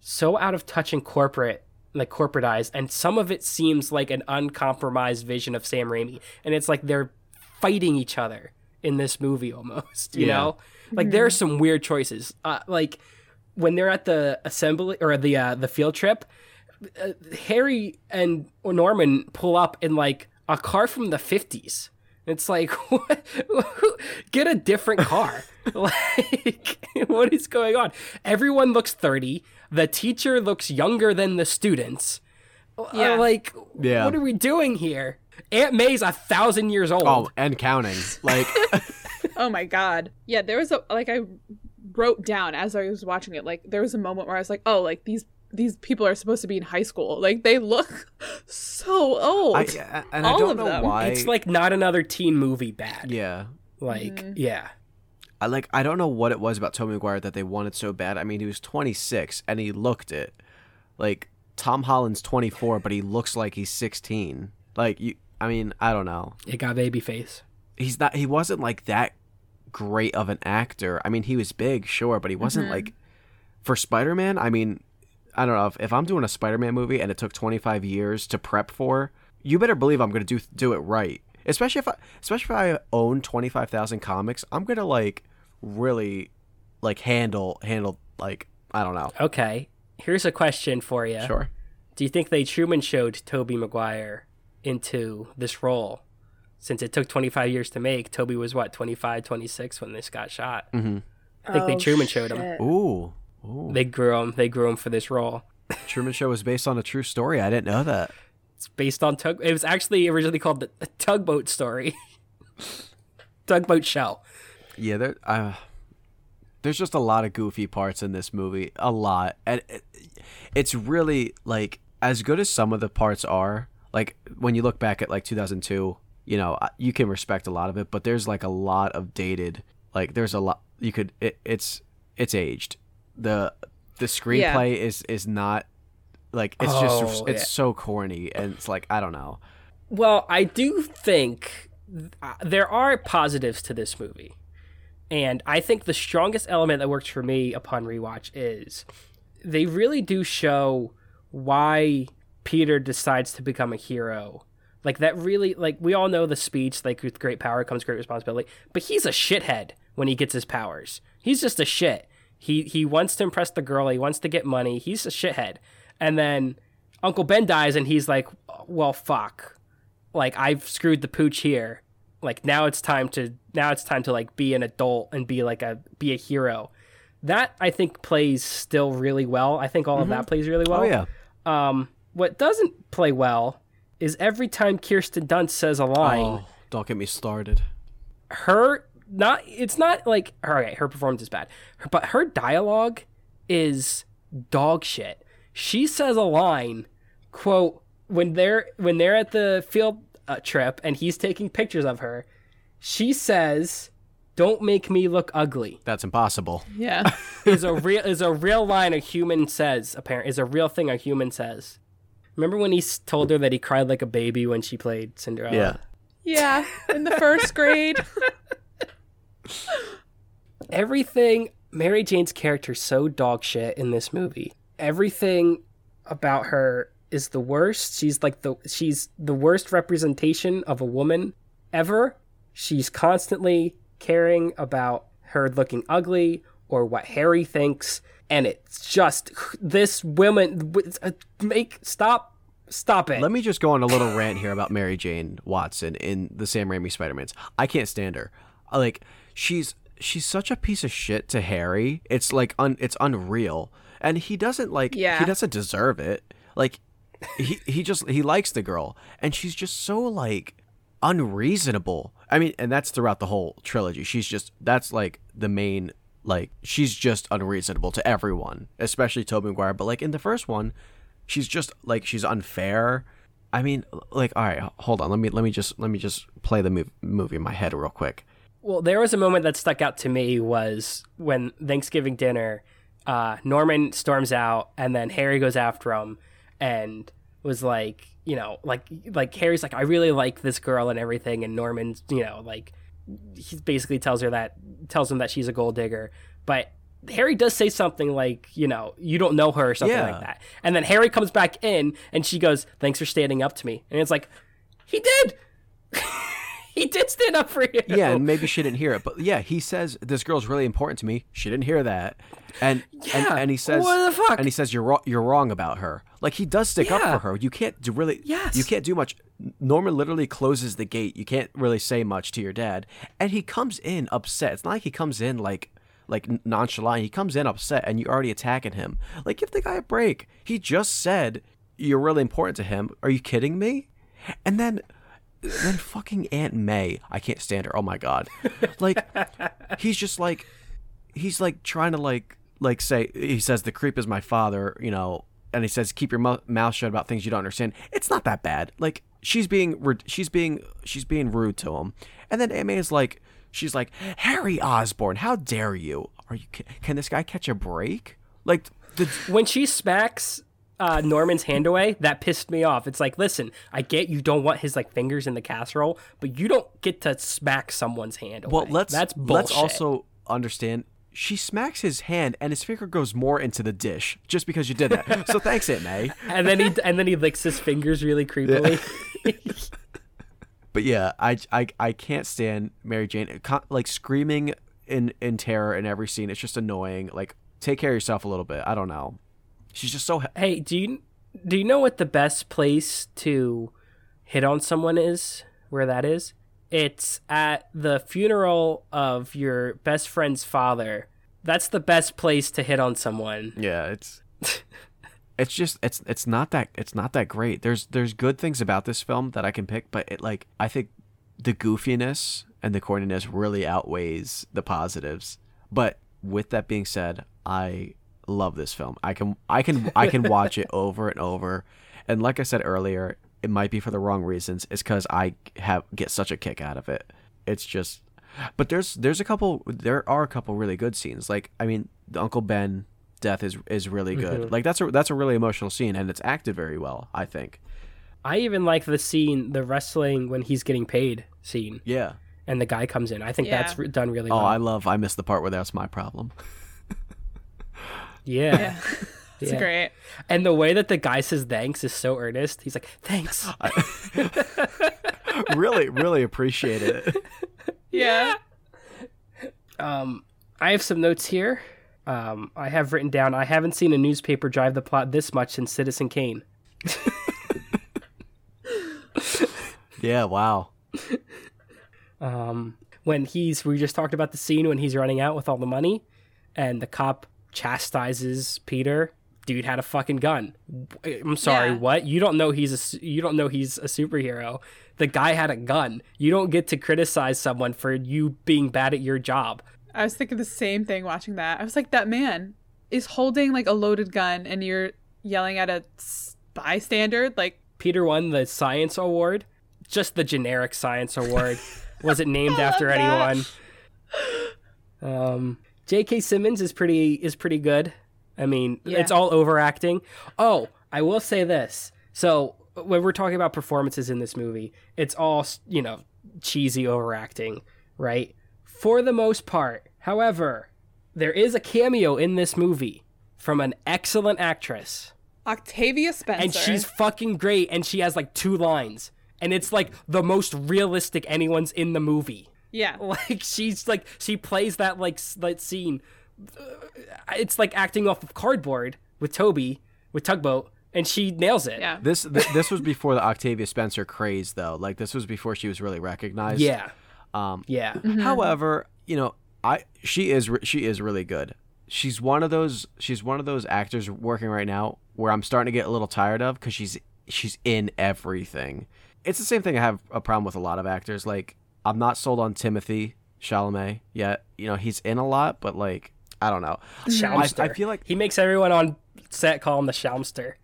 S1: so out of touch and corporate like corporatized and some of it seems like an uncompromised vision of Sam Raimi and it's like they're fighting each other in this movie almost you
S2: Yeah.
S1: know like there are some weird choices uh, like when they're at the assembly or the uh, the field trip uh, Harry and Norman pull up in like a car from the 50s it's like what? get a different car. like what is going on? Everyone looks 30. The teacher looks younger than the students. Uh,
S3: Yeah.
S1: like
S2: Yeah.
S1: what are we doing here? Aunt May's a thousand years old.
S2: oh, and counting. Like
S3: Oh my god. Yeah, there was a like I wrote down as I was watching it, like there was a moment where I was like, Oh, like these these people are supposed to be in high school. Like they look so old.
S2: I, I- and
S3: All
S2: I don't
S3: of
S2: know
S3: them.
S2: why.
S1: it's like not another teen movie bad.
S2: yeah.
S1: Like yeah.
S2: I like I don't know what it was about Tobey Maguire that they wanted so bad. I mean, he was 26 and he looked it. Like Tom Holland's 24, but he looks like he's 16. Like you I mean, I don't know.
S1: It got baby face.
S2: He's not he wasn't like that great of an actor. I mean, he was big, sure, but he wasn't like for Spider-Man, I mean, I don't know if, if I'm doing a Spider-Man movie and it took 25 years to prep for, you better believe I'm gonna do do it right. Especially if I, especially if I own 25,000 comics, I'm gonna like really like handle handle like I don't know.
S1: Okay, here's a question for you.
S2: Sure.
S1: Do you think they Truman showed Toby Maguire into this role? Since it took 25 years to make, Toby was what 25, 26 when this got shot.
S2: Mm-hmm.
S1: I think they
S3: Oh,
S1: Truman showed him.
S3: shit.
S2: Ooh. Ooh.
S1: They grew him. They grew him for this role.
S2: Truman Show is based on a true story. I didn't know that.
S1: It's based on tug. It was actually originally called the Tugboat Story. tugboat Shell.
S2: Yeah, there. Uh, there's just a lot of goofy parts in this movie. A lot, and it, it's really like as good as some of the parts are. Like when you look back at like 2002, you know I- you can respect a lot of it, but there's like a lot of dated. Like there's a lot you could. It, it's it's aged. The the screenplay is is not like it's
S1: Oh,
S2: just it's
S1: yeah.
S2: so corny and it's like I don't know.
S1: Well, I do think th- uh, there are positives to this movie. And I think the strongest element that worked for me upon rewatch is they really do show why Peter decides to become a hero. Like that really like we all know the speech like with great power comes great responsibility, but he's a shithead when he gets his powers. He's just a shit. He he wants to impress the girl, he wants to get money. He's a shithead. And then Uncle Ben dies and he's like, "Well, fuck. Like I've screwed the pooch here. Like now it's time to now it's time to like be an adult and be like a be a hero." That I think plays still really well. I think all of that plays really well.
S2: oh yeah,
S1: Um, what doesn't play well is every time Kirsten Dunst says a line,
S2: oh, don't get me started.
S1: her not it's not like all right, her performance is bad, her, but her dialogue is dog shit. She says a line, quote, when they're when they're at the field uh, trip and he's taking pictures of her, she says, "Don't make me look ugly."
S2: That's impossible.
S3: Yeah.
S1: is a real is a real line a human says apparent is a real thing a human says. Remember when he s- told her that he cried like a baby when she played Cinderella?
S2: Yeah.
S3: Yeah. In the first grade.
S1: Everything Mary Jane's character so dog shit in this movie. Everything about her is the worst. She's like the she's the worst representation of a woman ever. She's constantly caring about her looking ugly or what Harry thinks, and it's just this woman uh, make stop stop it.
S2: Let me just go on a little rant here about Mary Jane Watson in the Sam Raimi Spider-Mans. I can't stand her. I, Like she's she's such a piece of shit to Harry. It's like un, it's unreal. And he doesn't like
S3: Yeah.
S2: he doesn't deserve it. Like he he just he likes the girl and she's just so like unreasonable. I mean, and that's throughout the whole trilogy. She's just that's like the main like she's just unreasonable to everyone, especially Tobey Maguire. But like in the first one, she's just like she's unfair. I mean, like all right, hold on. Let me let me just let me just play the mov- movie in my head real quick.
S1: Well, there was a moment that stuck out to me was when Thanksgiving dinner, uh, Norman storms out and then Harry goes after him and was like, you know, like like Harry's like, I really like this girl and everything, and Norman's, you know, like he basically tells her that tells him that she's a gold digger, but Harry does say something like, you know, you don't know her or something
S2: Yeah.
S1: like that. And then Harry comes back in and she goes, Thanks for standing up to me. And it's like, he did. he did stand up for you.
S2: Yeah, and maybe she didn't hear it, but yeah, he says this girl's really important to me. She didn't hear that, and
S1: Yeah,
S2: and, and he says,
S1: what the fuck?
S2: And he says you're wrong, you're wrong about her. Like he does stick up
S1: Yeah.
S2: for her. You can't do really.
S1: Yes.
S2: You can't do much. Norman literally closes the gate. You can't really say much to your dad, and he comes in upset. It's not like he comes in like like nonchalant. He comes in upset, and you're already attacking him. Like give the guy a break. He just said you're really important to him. Are you kidding me? And then then fucking Aunt May, I can't stand her. Oh my god. Like he's just like he's like trying to like like say he says the creep is my father, you know, and he says keep your mu- mouth shut about things you don't understand. It's not that bad. Like she's being ru- she's being she's being rude to him. And then Aunt May is like she's like Harry Osborne, how dare you? Are you ki- can this guy catch a break? Like the
S1: when she smacks uh, Norman's hand away, that pissed me off. It's like, listen, I get you don't want his like fingers in the casserole, but you don't get to smack someone's hand away.
S2: Well, let's
S1: that's bullshit.
S2: let's also understand She smacks his hand, and his finger goes more into the dish just because you did that. so thanks, Aunt May.
S1: and then he and then he licks his fingers really creepily.
S2: But yeah, I, I, I can't stand Mary Jane Con- like screaming in in terror in every scene. It's just annoying. Like take care of yourself a little bit. I don't know. She's just so he-
S1: Hey, do you do you know what the best place to hit on someone is? Where that is? It's at the funeral of your best friend's father. That's the best place to hit on someone.
S2: yeah. It's it's just it's it's not that it's not that great. There's there's good things about this film that I can pick, but it like I think the goofiness and the corniness really outweighs the positives. But with that being said, I love this film. I can I can I can watch it over and over. And like I said earlier, it might be for the wrong reasons. It's cuz I have get such a kick out of it. It's just but there's there's a couple there are a couple really good scenes. Like I mean, the Uncle Ben death is is really good. Like that's a that's a really emotional scene and it's acted very well, I think.
S1: I even like the scene, the wrestling when he's getting paid scene,
S2: Yeah.
S1: and the guy comes in. I think
S3: Yeah.
S1: that's re- done really
S2: Oh,
S1: well.
S2: I love I missed the part where that's my problem.
S1: yeah.
S3: Yeah. It's
S1: Yeah.
S3: great.
S1: And the way that the guy says thanks is so earnest. He's like, thanks.
S2: really really appreciate it.
S3: Yeah.
S1: Um, I have some notes here. Um, I have written down. I haven't seen a newspaper drive the plot this much since Citizen Kane.
S2: Yeah, wow.
S1: Um, when he's, we just talked about the scene when he's running out with all the money, and the cop chastises Peter. Dude had a fucking gun. I'm sorry,
S3: Yeah.
S1: what? You don't know he's a su- you don't know he's a superhero. The guy had a gun. You don't get to criticize someone for you being bad at your job.
S3: I was thinking the same thing watching that. I was like, that man is holding like a loaded gun and you're yelling at a s- bystander. Like,
S1: Peter won the science award, just the generic science award. Wasn't named after anyone. Um, J.K. Simmons is pretty is pretty good. I mean,
S3: Yeah.
S1: it's all overacting. Oh, I will say this. So when we're talking about performances in this movie, it's all you know cheesy overacting, right? For the most part. However, there is a cameo in this movie from an excellent actress
S3: Octavia Spencer.
S1: and she's fucking great and she has like two lines and it's like the most realistic anyone's in the movie
S3: yeah.
S1: like she's like she plays that like s- that scene Uh, it's like acting off of cardboard with toby with tugboat and she nails it
S3: Yeah.
S2: This th- this was before the Octavia Spencer craze, though. Like this was before she was really recognized.
S1: yeah
S2: Um.
S1: yeah
S2: However, you know, I she is re- she is really good. She's one of those she's one of those actors working right now where I'm starting to get a little tired of because she's she's in everything. It's the same thing I have a problem with a lot of actors. Like I'm not sold on Timothy Chalamet yet. You know, he's in a lot, but like I don't know. I,
S1: Shalmster.
S2: I feel like
S1: he makes everyone on set call him the Shalmster.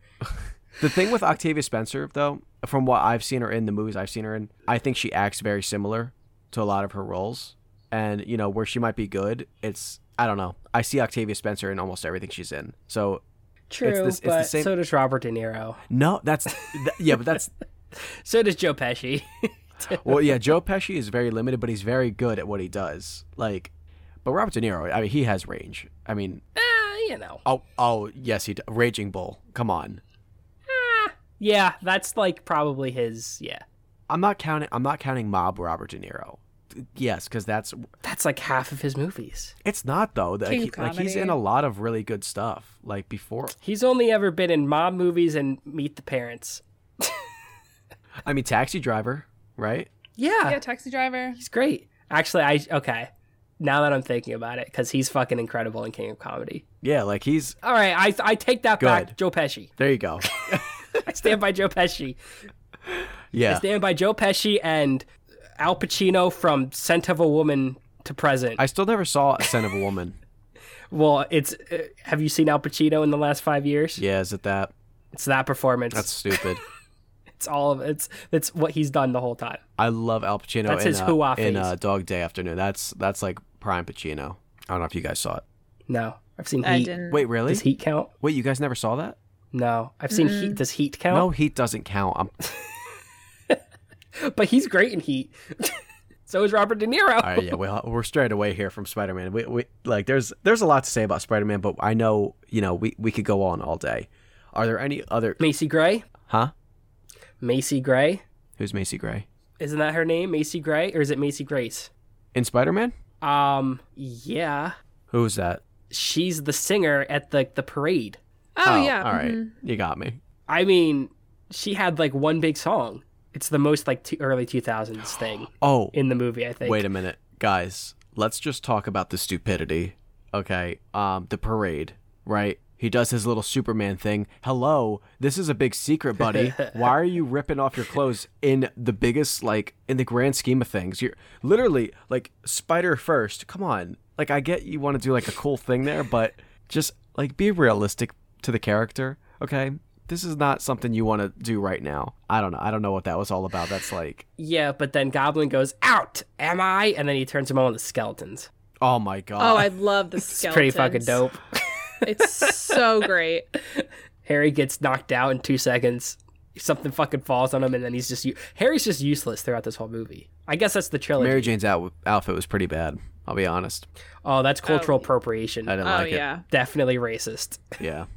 S2: The thing with Octavia Spencer, though, from what I've seen her in the movies I've seen her in, I think she acts very similar to a lot of her roles. And, you know, where she might be good, it's, I don't know. I see Octavia Spencer in almost everything she's in. So,
S1: True,
S2: this- it's the
S1: but
S2: same-
S1: so does Robert De Niro.
S2: no, that's, th- yeah, but that's,
S1: So does Joe Pesci.
S2: well, yeah, Joe Pesci is very limited, but he's very good at what he does. Like, but Robert De Niro, I mean, he has range. I mean,
S1: Ah, you know.
S2: oh, oh, yes, he, d- Raging Bull. Come on.
S1: Yeah, that's like probably his. Yeah,
S2: I'm not counting, I'm not counting mob Robert De Niro. Yes, because that's
S1: that's like half of his movies.
S2: It's not though. Like,
S3: King
S2: he-
S3: of
S2: like, he's in
S3: comedy.
S2: a lot of really good stuff. Like before,
S1: He's only ever been in mob movies and Meet the Parents.
S2: I mean, Taxi Driver, right?
S1: Yeah,
S3: Yeah, taxi driver.
S1: he's great. Actually, I okay. Now that I'm thinking about it, because he's fucking incredible in King of Comedy.
S2: Yeah, like he's
S1: All right, I I take that back.
S2: Good.
S1: Joe Pesci.
S2: there. You go.
S1: I stand by Joe Pesci. I
S2: Yeah,
S1: stand by Joe Pesci and Al Pacino from Scent of a Woman to present.
S2: I still never saw a Son of a Woman.
S1: well, it's uh, have you seen Al Pacino in the last five years?
S2: Yeah, is it that?
S1: It's that performance.
S2: That's stupid.
S1: it's all of it's it's what he's done the whole time.
S2: I love Al Pacino.
S1: That's
S2: in,
S1: his
S2: uh,
S1: hoo-ah
S2: in
S1: face.
S2: uh, Dog Day Afternoon. That's that's like prime Pacino. I don't know if you guys saw it.
S1: No, I've seen Heat.
S3: I didn't.
S2: Wait, really?
S1: Does Heat count?
S2: Wait, you guys never saw that?
S1: No, I've seen Heat. Does Heat count?
S2: No, Heat doesn't count. I'm...
S1: but he's great in Heat. So is Robert De Niro.
S2: All right, yeah, we, we're straight away here from Spider-Man. We, we like there's there's a lot to say about Spider-Man, but I know you know we we could go on all day. Are there any other?
S1: Macy Gray.
S2: Huh?
S1: Macy Gray.
S2: Who's Macy Gray
S1: Isn't that her name? Macy Gray? Or is it Macy Grace?
S2: in Spider-Man?
S1: Um, yeah.
S2: Who's that?
S1: She's the singer at the the parade.
S3: Oh, yeah.
S2: all right.
S3: mhm.
S2: you got me.
S1: I mean, she had like one big song. It's the most like t- early 2000s thing
S2: Oh,
S1: in the movie, I think.
S2: Wait a minute, guys. Let's just talk about the stupidity. Okay. Um, the parade, right? He does his little Superman thing. Hello, this is a big secret, buddy. Why are you ripping off your clothes in the biggest, like, in the grand scheme of things? You're literally like Spider first. Come on. Like, I get you want to do like a cool thing there, but just like be realistic to the character. Okay. This is not something you want to do right now. I don't know. I don't know what that was all about. That's like,
S1: Yeah, but then Goblin goes, out, am I? And then he turns him on the skeletons.
S2: oh my god.
S3: Oh, I love the
S1: It's
S3: skeletons.
S1: pretty fucking dope.
S3: It's so great.
S1: Harry gets knocked out in two seconds. Something fucking falls on him, and then he's just. U- Harry's just useless throughout this whole movie. I guess that's the trilogy.
S2: Mary Jane's out- outfit was pretty bad. I'll be honest.
S1: oh, that's cultural appropriation.
S2: I didn't
S3: oh
S2: like
S3: yeah.
S1: Definitely racist.
S2: it. Yeah.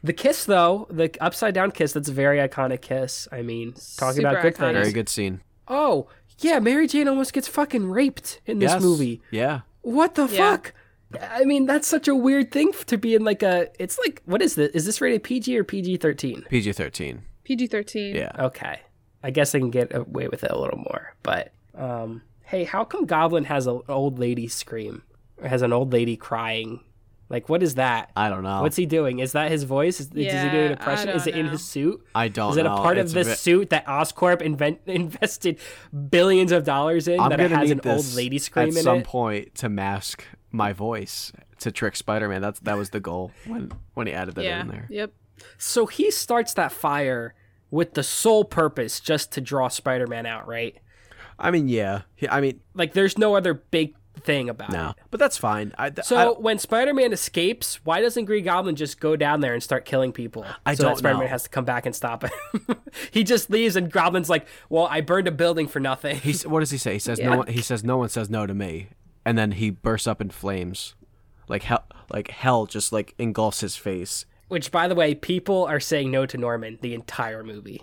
S1: The kiss, though, the upside down kiss, that's a very iconic kiss. I mean, talking
S3: Super
S1: about good
S3: iconic.
S1: things.
S2: Very good scene.
S1: Oh, yeah, Mary Jane almost gets fucking raped in this
S2: Yes.
S1: movie.
S2: Yeah.
S1: What the
S3: Yeah.
S1: fuck? I mean, that's such a weird thing to be in like a. It's like, what is this? Is this rated PG or PG 13?
S2: PG 13.
S3: PG thirteen.
S2: Yeah.
S1: Okay. I guess I can get away with it a little more. But um, hey, how come Goblin has an old lady scream? Or has an old lady crying? Like, what is that?
S2: I don't know.
S1: What's he doing? Is that his voice? Is, does he do an
S3: Yeah,
S1: impression?
S3: I
S1: Is it
S3: don't
S1: in
S3: know.
S1: his suit?
S2: I don't
S1: Is it a
S2: know.
S1: part
S2: Oh, It's
S1: of this
S2: ve-
S1: suit that Oscorp invent- invested billions of dollars in
S2: I'm
S1: that it
S2: gonna
S1: has
S2: need
S1: an old
S2: this
S1: lady scream
S2: at
S1: in
S2: some
S1: it?
S2: point to mask my voice to trick Spider-Man. That's that was the goal when when he added that
S3: Yeah.
S2: in there.
S3: Yep.
S1: So he starts that fire with the sole purpose just to draw Spider-Man out, right?
S2: I mean, yeah. He- I mean,
S1: Like, there's no other big thing about it.
S2: no. But that's fine. I th- I
S1: So
S2: don't-
S1: when Spider-Man escapes, why doesn't Green Goblin just go down there and start killing people?
S2: I
S1: so
S2: don't
S1: that Spider-Man
S2: know.
S1: has to come back and stop him. he just leaves, and Goblin's like, "Well, I burned a building for nothing."
S2: he's what does he say? He says
S1: Yeah.
S2: no one he says no one says no to me. And then he bursts up in flames. Like hell like hell just like engulfs his face.
S1: Which, by the way, people are saying no to Norman the entire movie.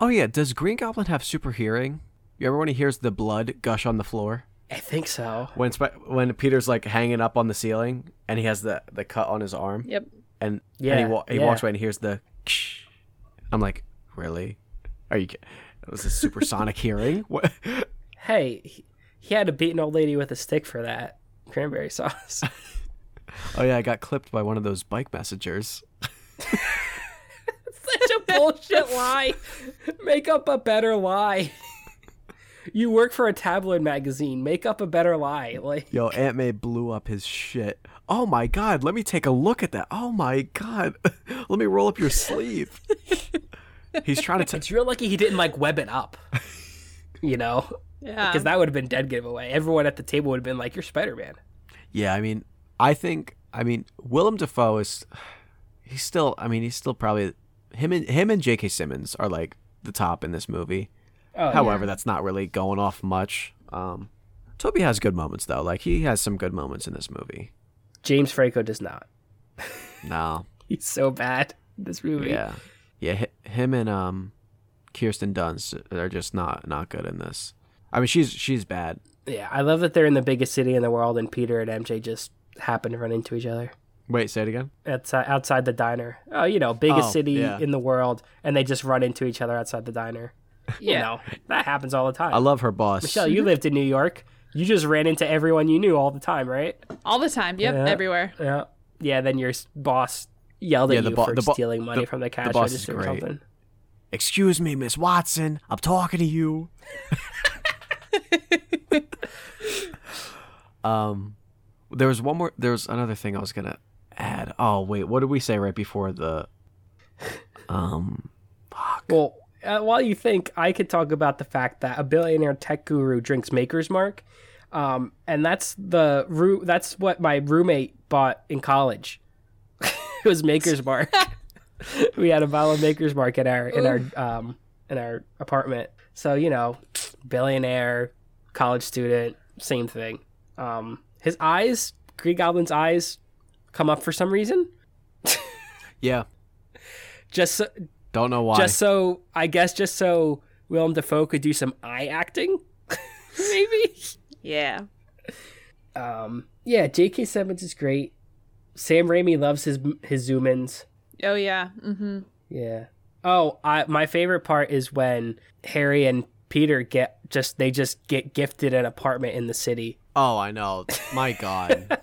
S2: Oh yeah, does Green Goblin have super hearing? You ever when he hears the blood gush on the floor
S1: I think so.
S2: when Sp- when Peter's like hanging up on the ceiling and he has the the cut on his arm
S3: Yep.
S2: and
S1: Yeah,
S2: and he, wa- he
S1: yeah.
S2: walks away and hears the. Ksh. I'm like, really? Are you? ki- That was a supersonic hearing. What?
S1: Hey, he- he had to beat an old lady with a stick for that cranberry sauce.
S2: Oh yeah, I got clipped by one of those bike messengers.
S1: Such a bullshit lie. Make up a better lie. you work for a tabloid magazine. Make up a better lie. Like,
S2: Yo, Aunt May blew up his shit. Oh my god, let me take a look at that. Oh my god, let me roll up your sleeve. He's trying to. T-
S1: it's real lucky he didn't like web it up. You know,
S3: Yeah.
S1: because that would have been dead giveaway. Everyone at the table would have been like, "You're Spider Man."
S2: Yeah, I mean, I think I mean Willem Dafoe is he's still I mean he's still probably him and him and J.K. Simmons are like the top in this movie.
S1: Oh,
S2: However, that's not really going off much. Um, Toby has good moments though. Like he has some good moments in this movie.
S1: James Franco does not.
S2: No,
S1: He's so bad. in This movie.
S2: yeah, yeah. hi- Him and um, Kirsten Dunst are just not not good in this. I mean, she's she's bad.
S1: Yeah, I love that they're in the biggest city in the world, and Peter and MJ just happen to run into each other
S2: Wait, say it again.
S1: outside outside the diner. Oh, you know, biggest
S2: Oh,
S1: city
S2: yeah.
S1: in the world, and they just run into each other outside the diner. You know, that happens all the time.
S2: I love her boss.
S1: Michelle, you lived in New York. You just ran into everyone you knew all the time, right?
S3: All the time. Yep.
S1: Yeah.
S3: Everywhere.
S1: Yeah. Yeah. Then your s- boss yelled at
S2: Yeah, the
S1: you
S2: bo-
S1: for
S2: the bo-
S1: stealing money
S2: the-
S1: from the
S2: the
S1: cash
S2: boss is
S1: register or
S2: great.
S1: something.
S2: Excuse me, Miss Watson. I'm talking to you. um, there was one more. There was another thing I was gonna add. Oh wait, what did we say right before the? Um, fuck.
S1: Well, uh, while you think, I could talk about the fact that a billionaire tech guru drinks Maker's Mark, um, and that's the roo- That's what my roommate bought in college. it was Maker's Mark. we had a bottle of Maker's Mark in our in our um, in our apartment. So you know, billionaire, college student, same thing. Um, his eyes, Green Goblin's eyes, come up for some reason.
S2: Yeah.
S1: Just so,
S2: Don't know why.
S1: just so I guess just so Willem Dafoe could do some eye acting, maybe.
S3: Yeah.
S1: Um, yeah, J.K. Simmons is great. Sam Raimi loves his his zoom ins.
S3: Oh yeah. Mm-hmm.
S1: Yeah. Oh, I, my favorite part is when Harry and Peter get just they just get gifted an apartment in the city.
S2: oh, I know. My God.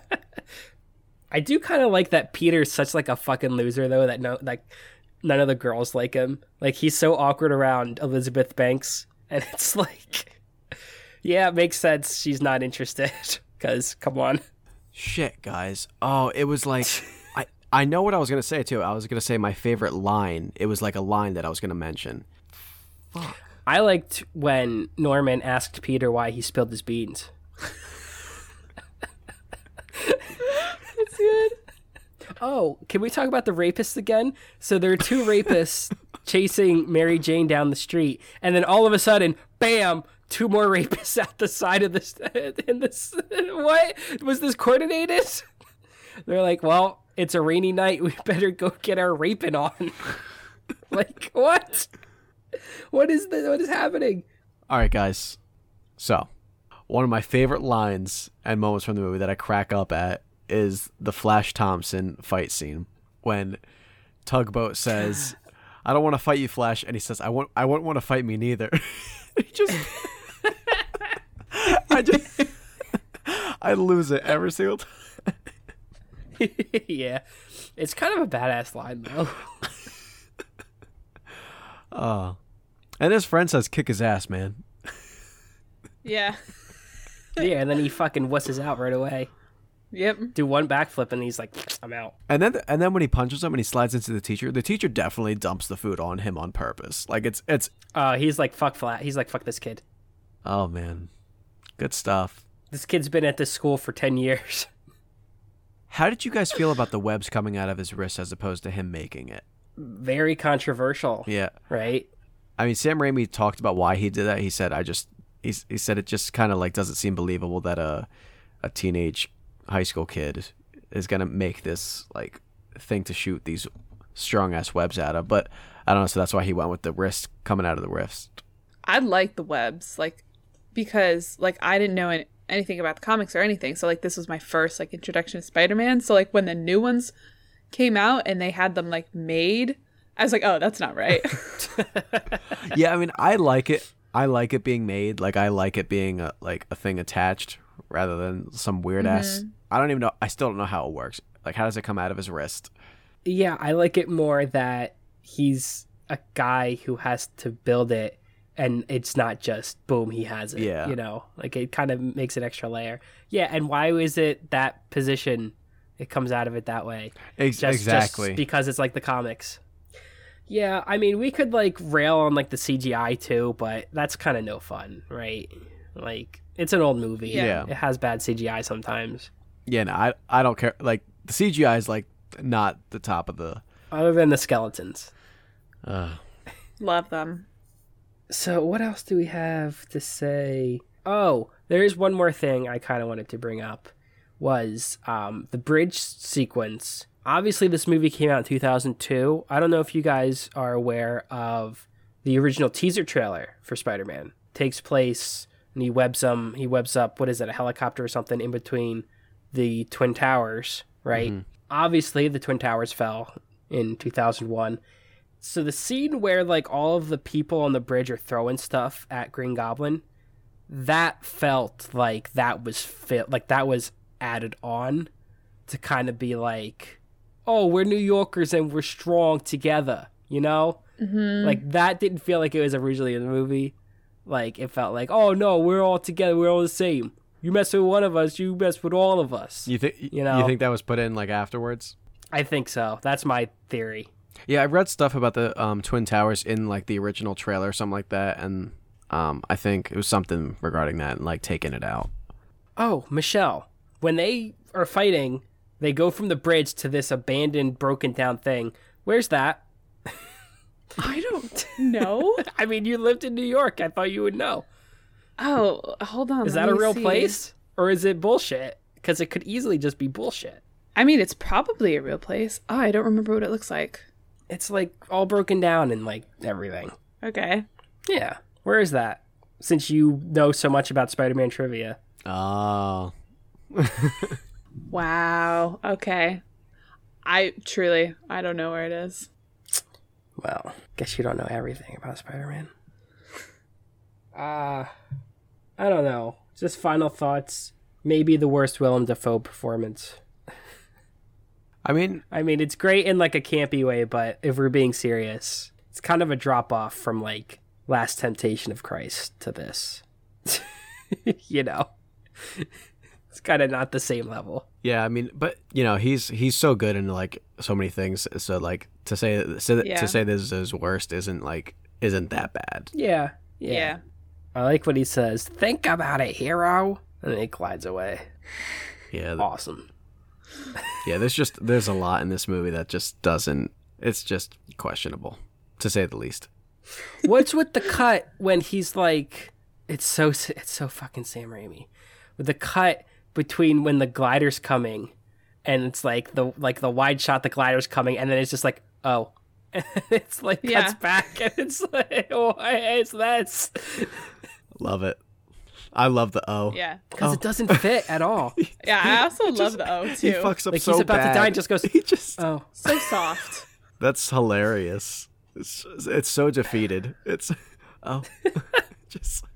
S1: I do kind of like that Peter's such like a fucking loser though that no like none of the girls like him. Like he's so awkward around Elizabeth Banks and it's like yeah, it makes sense she's not interested cuz come on.
S2: Shit, guys. Oh, it was like I I know what I was gonna say too. I was gonna say my favorite line. It was like a line that I was gonna mention.
S1: I liked when Norman asked Peter why he spilled his beans.
S3: That's good.
S1: Oh, can we talk about the rapists again? So there are two rapists chasing Mary Jane down the street, and then all of a sudden, bam! Two more rapists out the side of this. In this, what was this coordinated? They're like, well, it's a rainy night. We better go get our raping on. like what? What is this? What is happening?
S2: All right, guys. So, one of my favorite lines and moments from the movie that I crack up at is the Flash Thompson fight scene when Tugboat says, "I don't want to fight you, Flash," and he says, "I won't. I won't want to fight me neither." He just, I just, I lose it every single time.
S1: yeah, it's kind of a badass line though.
S2: Oh. And his friend says, "Kick his ass, man."
S3: Yeah.
S1: yeah, and then he fucking wusses out right away.
S3: Yep.
S1: Do one backflip, and he's like, I'm out.
S2: And then, and then when he punches him and he slides into the teacher, the teacher definitely dumps the food on him on purpose. Like it's, it's,
S1: Uh, he's like, fuck flat. He's like, fuck this kid.
S2: oh man, good stuff.
S1: This kid's been at this school for 10 years.
S2: How did you guys feel about the webs coming out of his wrist as opposed to him making it?
S1: Very controversial,
S2: Yeah.
S1: right?
S2: I mean, Sam Raimi talked about why he did that. He said, I just, he, s- he said it just kind of like doesn't seem believable that a, a teenage high school kid is going to make this like thing to shoot these strong ass webs out of. But I don't know. So that's why he went with the wrist coming out of the wrist.
S3: I like the webs, like because like I didn't know an- anything about the comics or anything, so like this was my first like introduction to Spider Man. So like when the new ones came out and they had them like made, I was like, oh, that's not right.
S2: yeah, I mean, I like it. I like it being made. Like I like it being a, like a thing attached rather than some weird ass. I don't even know. I still don't know how it works. Like, how does it come out of his wrist?
S1: Yeah, I like it more that he's a guy who has to build it, and it's not just boom, he has it.
S2: Yeah.
S1: You know, like it kind of makes an extra layer. Yeah, and why is it that position? It comes out of it that way.
S2: Ex-
S1: just,
S2: exactly.
S1: just because it's like the comics yeah i mean we could like rail on like the cgi too but that's kind of no fun right like it's an old movie
S3: Yeah.
S2: Yeah.
S1: it has bad cgi sometimes
S2: yeah, no, I I don't care. Like the CGI is like not the top of the.
S1: other than the skeletons
S2: Uh,
S3: Love them.
S1: so what else do we have to say oh there is one more thing i kind of wanted to bring up was um, the bridge sequence obviously this movie came out in 2002 i don't know if you guys are aware of the original teaser trailer for spider-man takes place and he webs um he webs up what is it a helicopter or something in between the twin towers right obviously the twin towers fell in 2001 so the scene where like all of the people on the bridge are throwing stuff at green goblin that felt like that was fit like that was added on to kind of be like oh we're new yorkers and we're strong together you know
S3: Mm-hmm.
S1: like that didn't feel like it was originally in the movie. Like it felt like, oh no, we're all together, we're all the same. You mess with one of us, you mess with all of us.
S2: you think you
S1: You
S2: know
S1: know.
S2: you think that was put in like afterwards?
S1: I think so. That's my theory.
S2: Yeah, I read stuff about the um, twin towers in like the original trailer, or something like that, and um, I think it was something regarding that and like taking it out.
S1: Oh, Michelle, when they are fighting, they go from the bridge to this abandoned, broken down thing. Where's that?
S3: I don't know.
S1: I mean, you lived in New York. I thought you would know.
S3: Oh, hold on.
S1: Is
S3: let
S1: that a
S3: me
S1: real
S3: see.
S1: place or is it bullshit? Because it could easily just be bullshit.
S3: I mean, it's probably a real place. Oh, I don't remember what it looks like.
S1: It's like all broken down and like everything.
S3: Okay.
S1: Yeah. Where is that? Since you know so much about Spider Man trivia.
S2: Oh.
S3: Wow. Okay. I truly, I don't know where it is.
S1: Well, guess you don't know everything about Spider Man. Uh, I don't know. Just final thoughts. Maybe the worst Willem Dafoe performance.
S2: I mean,
S1: I mean, it's great in like a campy way, but if we're being serious, it's kind of a drop off from like Last Temptation of Christ to this. you know, it's kind of not the same level.
S2: yeah, I mean, but you know, he's he's so good in like so many things. So like to say so that,
S3: Yeah.
S2: to say this is his worst isn't like isn't that bad.
S1: Yeah, yeah. I like what he says. Think about it, hero. And then he glides away.
S2: Yeah, th-
S1: Awesome.
S2: yeah. There's just there's a lot in this movie that just doesn't. It's just questionable to say the least.
S1: What's with the cut when he's like, it's so it's so fucking Sam Raimi, with the cut between when the glider's coming, and it's like the like the wide shot the glider's coming, and then it's just like oh, and it's like cuts
S3: Yeah.
S1: back, and it's like why is this?
S2: Love it. I love the O.
S3: Yeah.
S1: Because
S2: Oh.
S1: it doesn't fit at all.
S3: Yeah. I also love the O
S2: He
S3: too.
S2: fucks up
S1: Like
S2: so
S1: he's about
S2: bad.
S1: to die, and just goes
S2: he just
S1: oh.
S3: So soft.
S2: That's hilarious. It's, it's so defeated. It's oh, just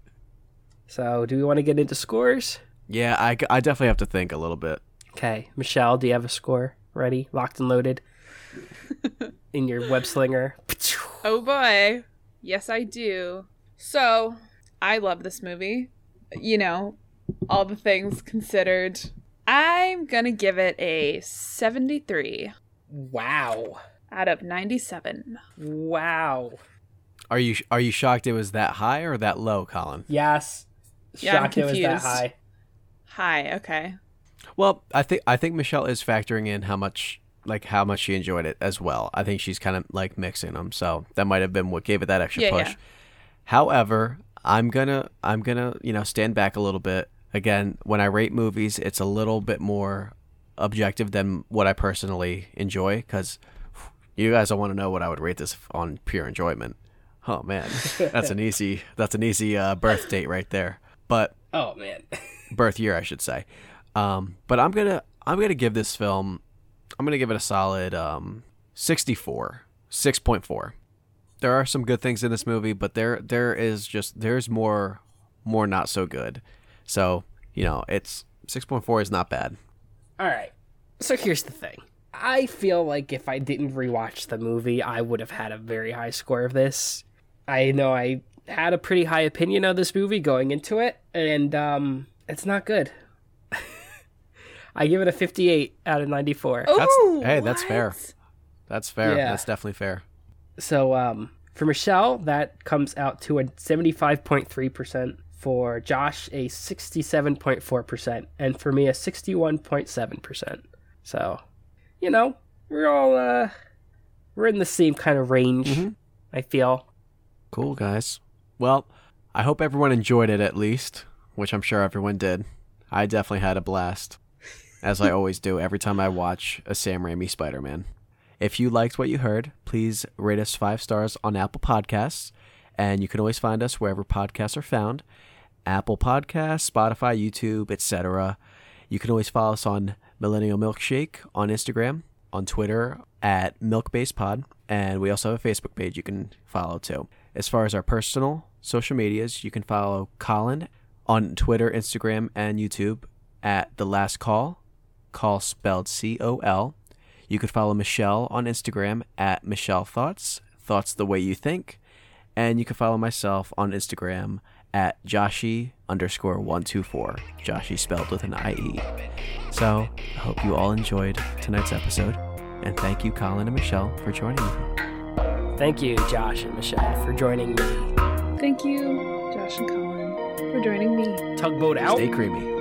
S1: So do we want to get into scores?
S2: yeah. I, I definitely have to think a little bit.
S1: Okay, Michelle, do you have a score ready, locked and loaded, in your web slinger?
S3: Oh boy. Yes, I do. So, I love this movie. You know, all the things considered. I'm going to give it a 73
S1: Wow.
S3: out of 97.
S1: Wow.
S2: Are you are you shocked it was that high or that low, Colin?
S1: Yes.
S3: Yeah, I'm
S1: Shocked it was that
S3: confused.
S1: high.
S3: Hi. Okay.
S2: Well, I think I think Michelle is factoring in how much like how much she enjoyed it as well. I think she's kind of like mixing them, so that might have been what gave it that extra
S3: Yeah,
S2: push.
S3: yeah.
S2: However, I'm gonna I'm gonna you know stand back a little bit. Again, when I rate movies, it's a little bit more objective than what I personally enjoy because you guys don't want to know what I would rate this on pure enjoyment. Oh man, that's an easy that's an easy uh, birth date right there. But
S1: Oh man.
S2: birth year, I should say. Um, but I'm gonna I'm gonna give this film I'm gonna give it a solid um, 64, 6.4. There are some good things in this movie, but there there is just there's more more not so good. So you know it's 6.4 is not bad.
S1: All right. So here's the thing. I feel like if I didn't rewatch the movie, I would have had a very high score of this. I know I had a pretty high opinion of this movie going into it, and um, it's not good. I give it a 58 out of 94.
S3: Oh,
S2: hey, that's fair. That's fair.
S1: Yeah.
S2: That's definitely fair.
S1: So um, for Michelle, that comes out to a 75.3%. For Josh, a 67.4%. And for me, a 61.7%. So, you know, we're all, uh, we're in the same kind of range,
S2: Mhm.
S1: I feel.
S2: Cool guys. Well, I hope everyone enjoyed it at least, which I'm sure everyone did. I definitely had a blast, as I always do every time I watch a Sam Raimi Spider Man. If you liked what you heard, please rate us five stars on Apple Podcasts, and you can always find us wherever podcasts are found Apple Podcasts, Spotify, YouTube, etc. You can always follow us on Millennial Milkshake on Instagram, on Twitter at MilkBasePod, and we also have a Facebook page you can follow too. As far as our personal social medias, you can follow Colin on Twitter, Instagram, and YouTube at The Last Call, call spelled C O L. You could follow Michelle on Instagram at Michelle Thoughts, Thoughts the way you think. And you can follow myself on Instagram at Joshi underscore 124. Joshi spelled with an IE. So I hope you all enjoyed tonight's episode. And thank you, Colin and Michelle, for joining me.
S1: Thank you, Josh and Michelle, for joining me.
S3: Thank you, Josh and Colin, for joining me.
S1: Tugboat out.
S2: Stay creamy.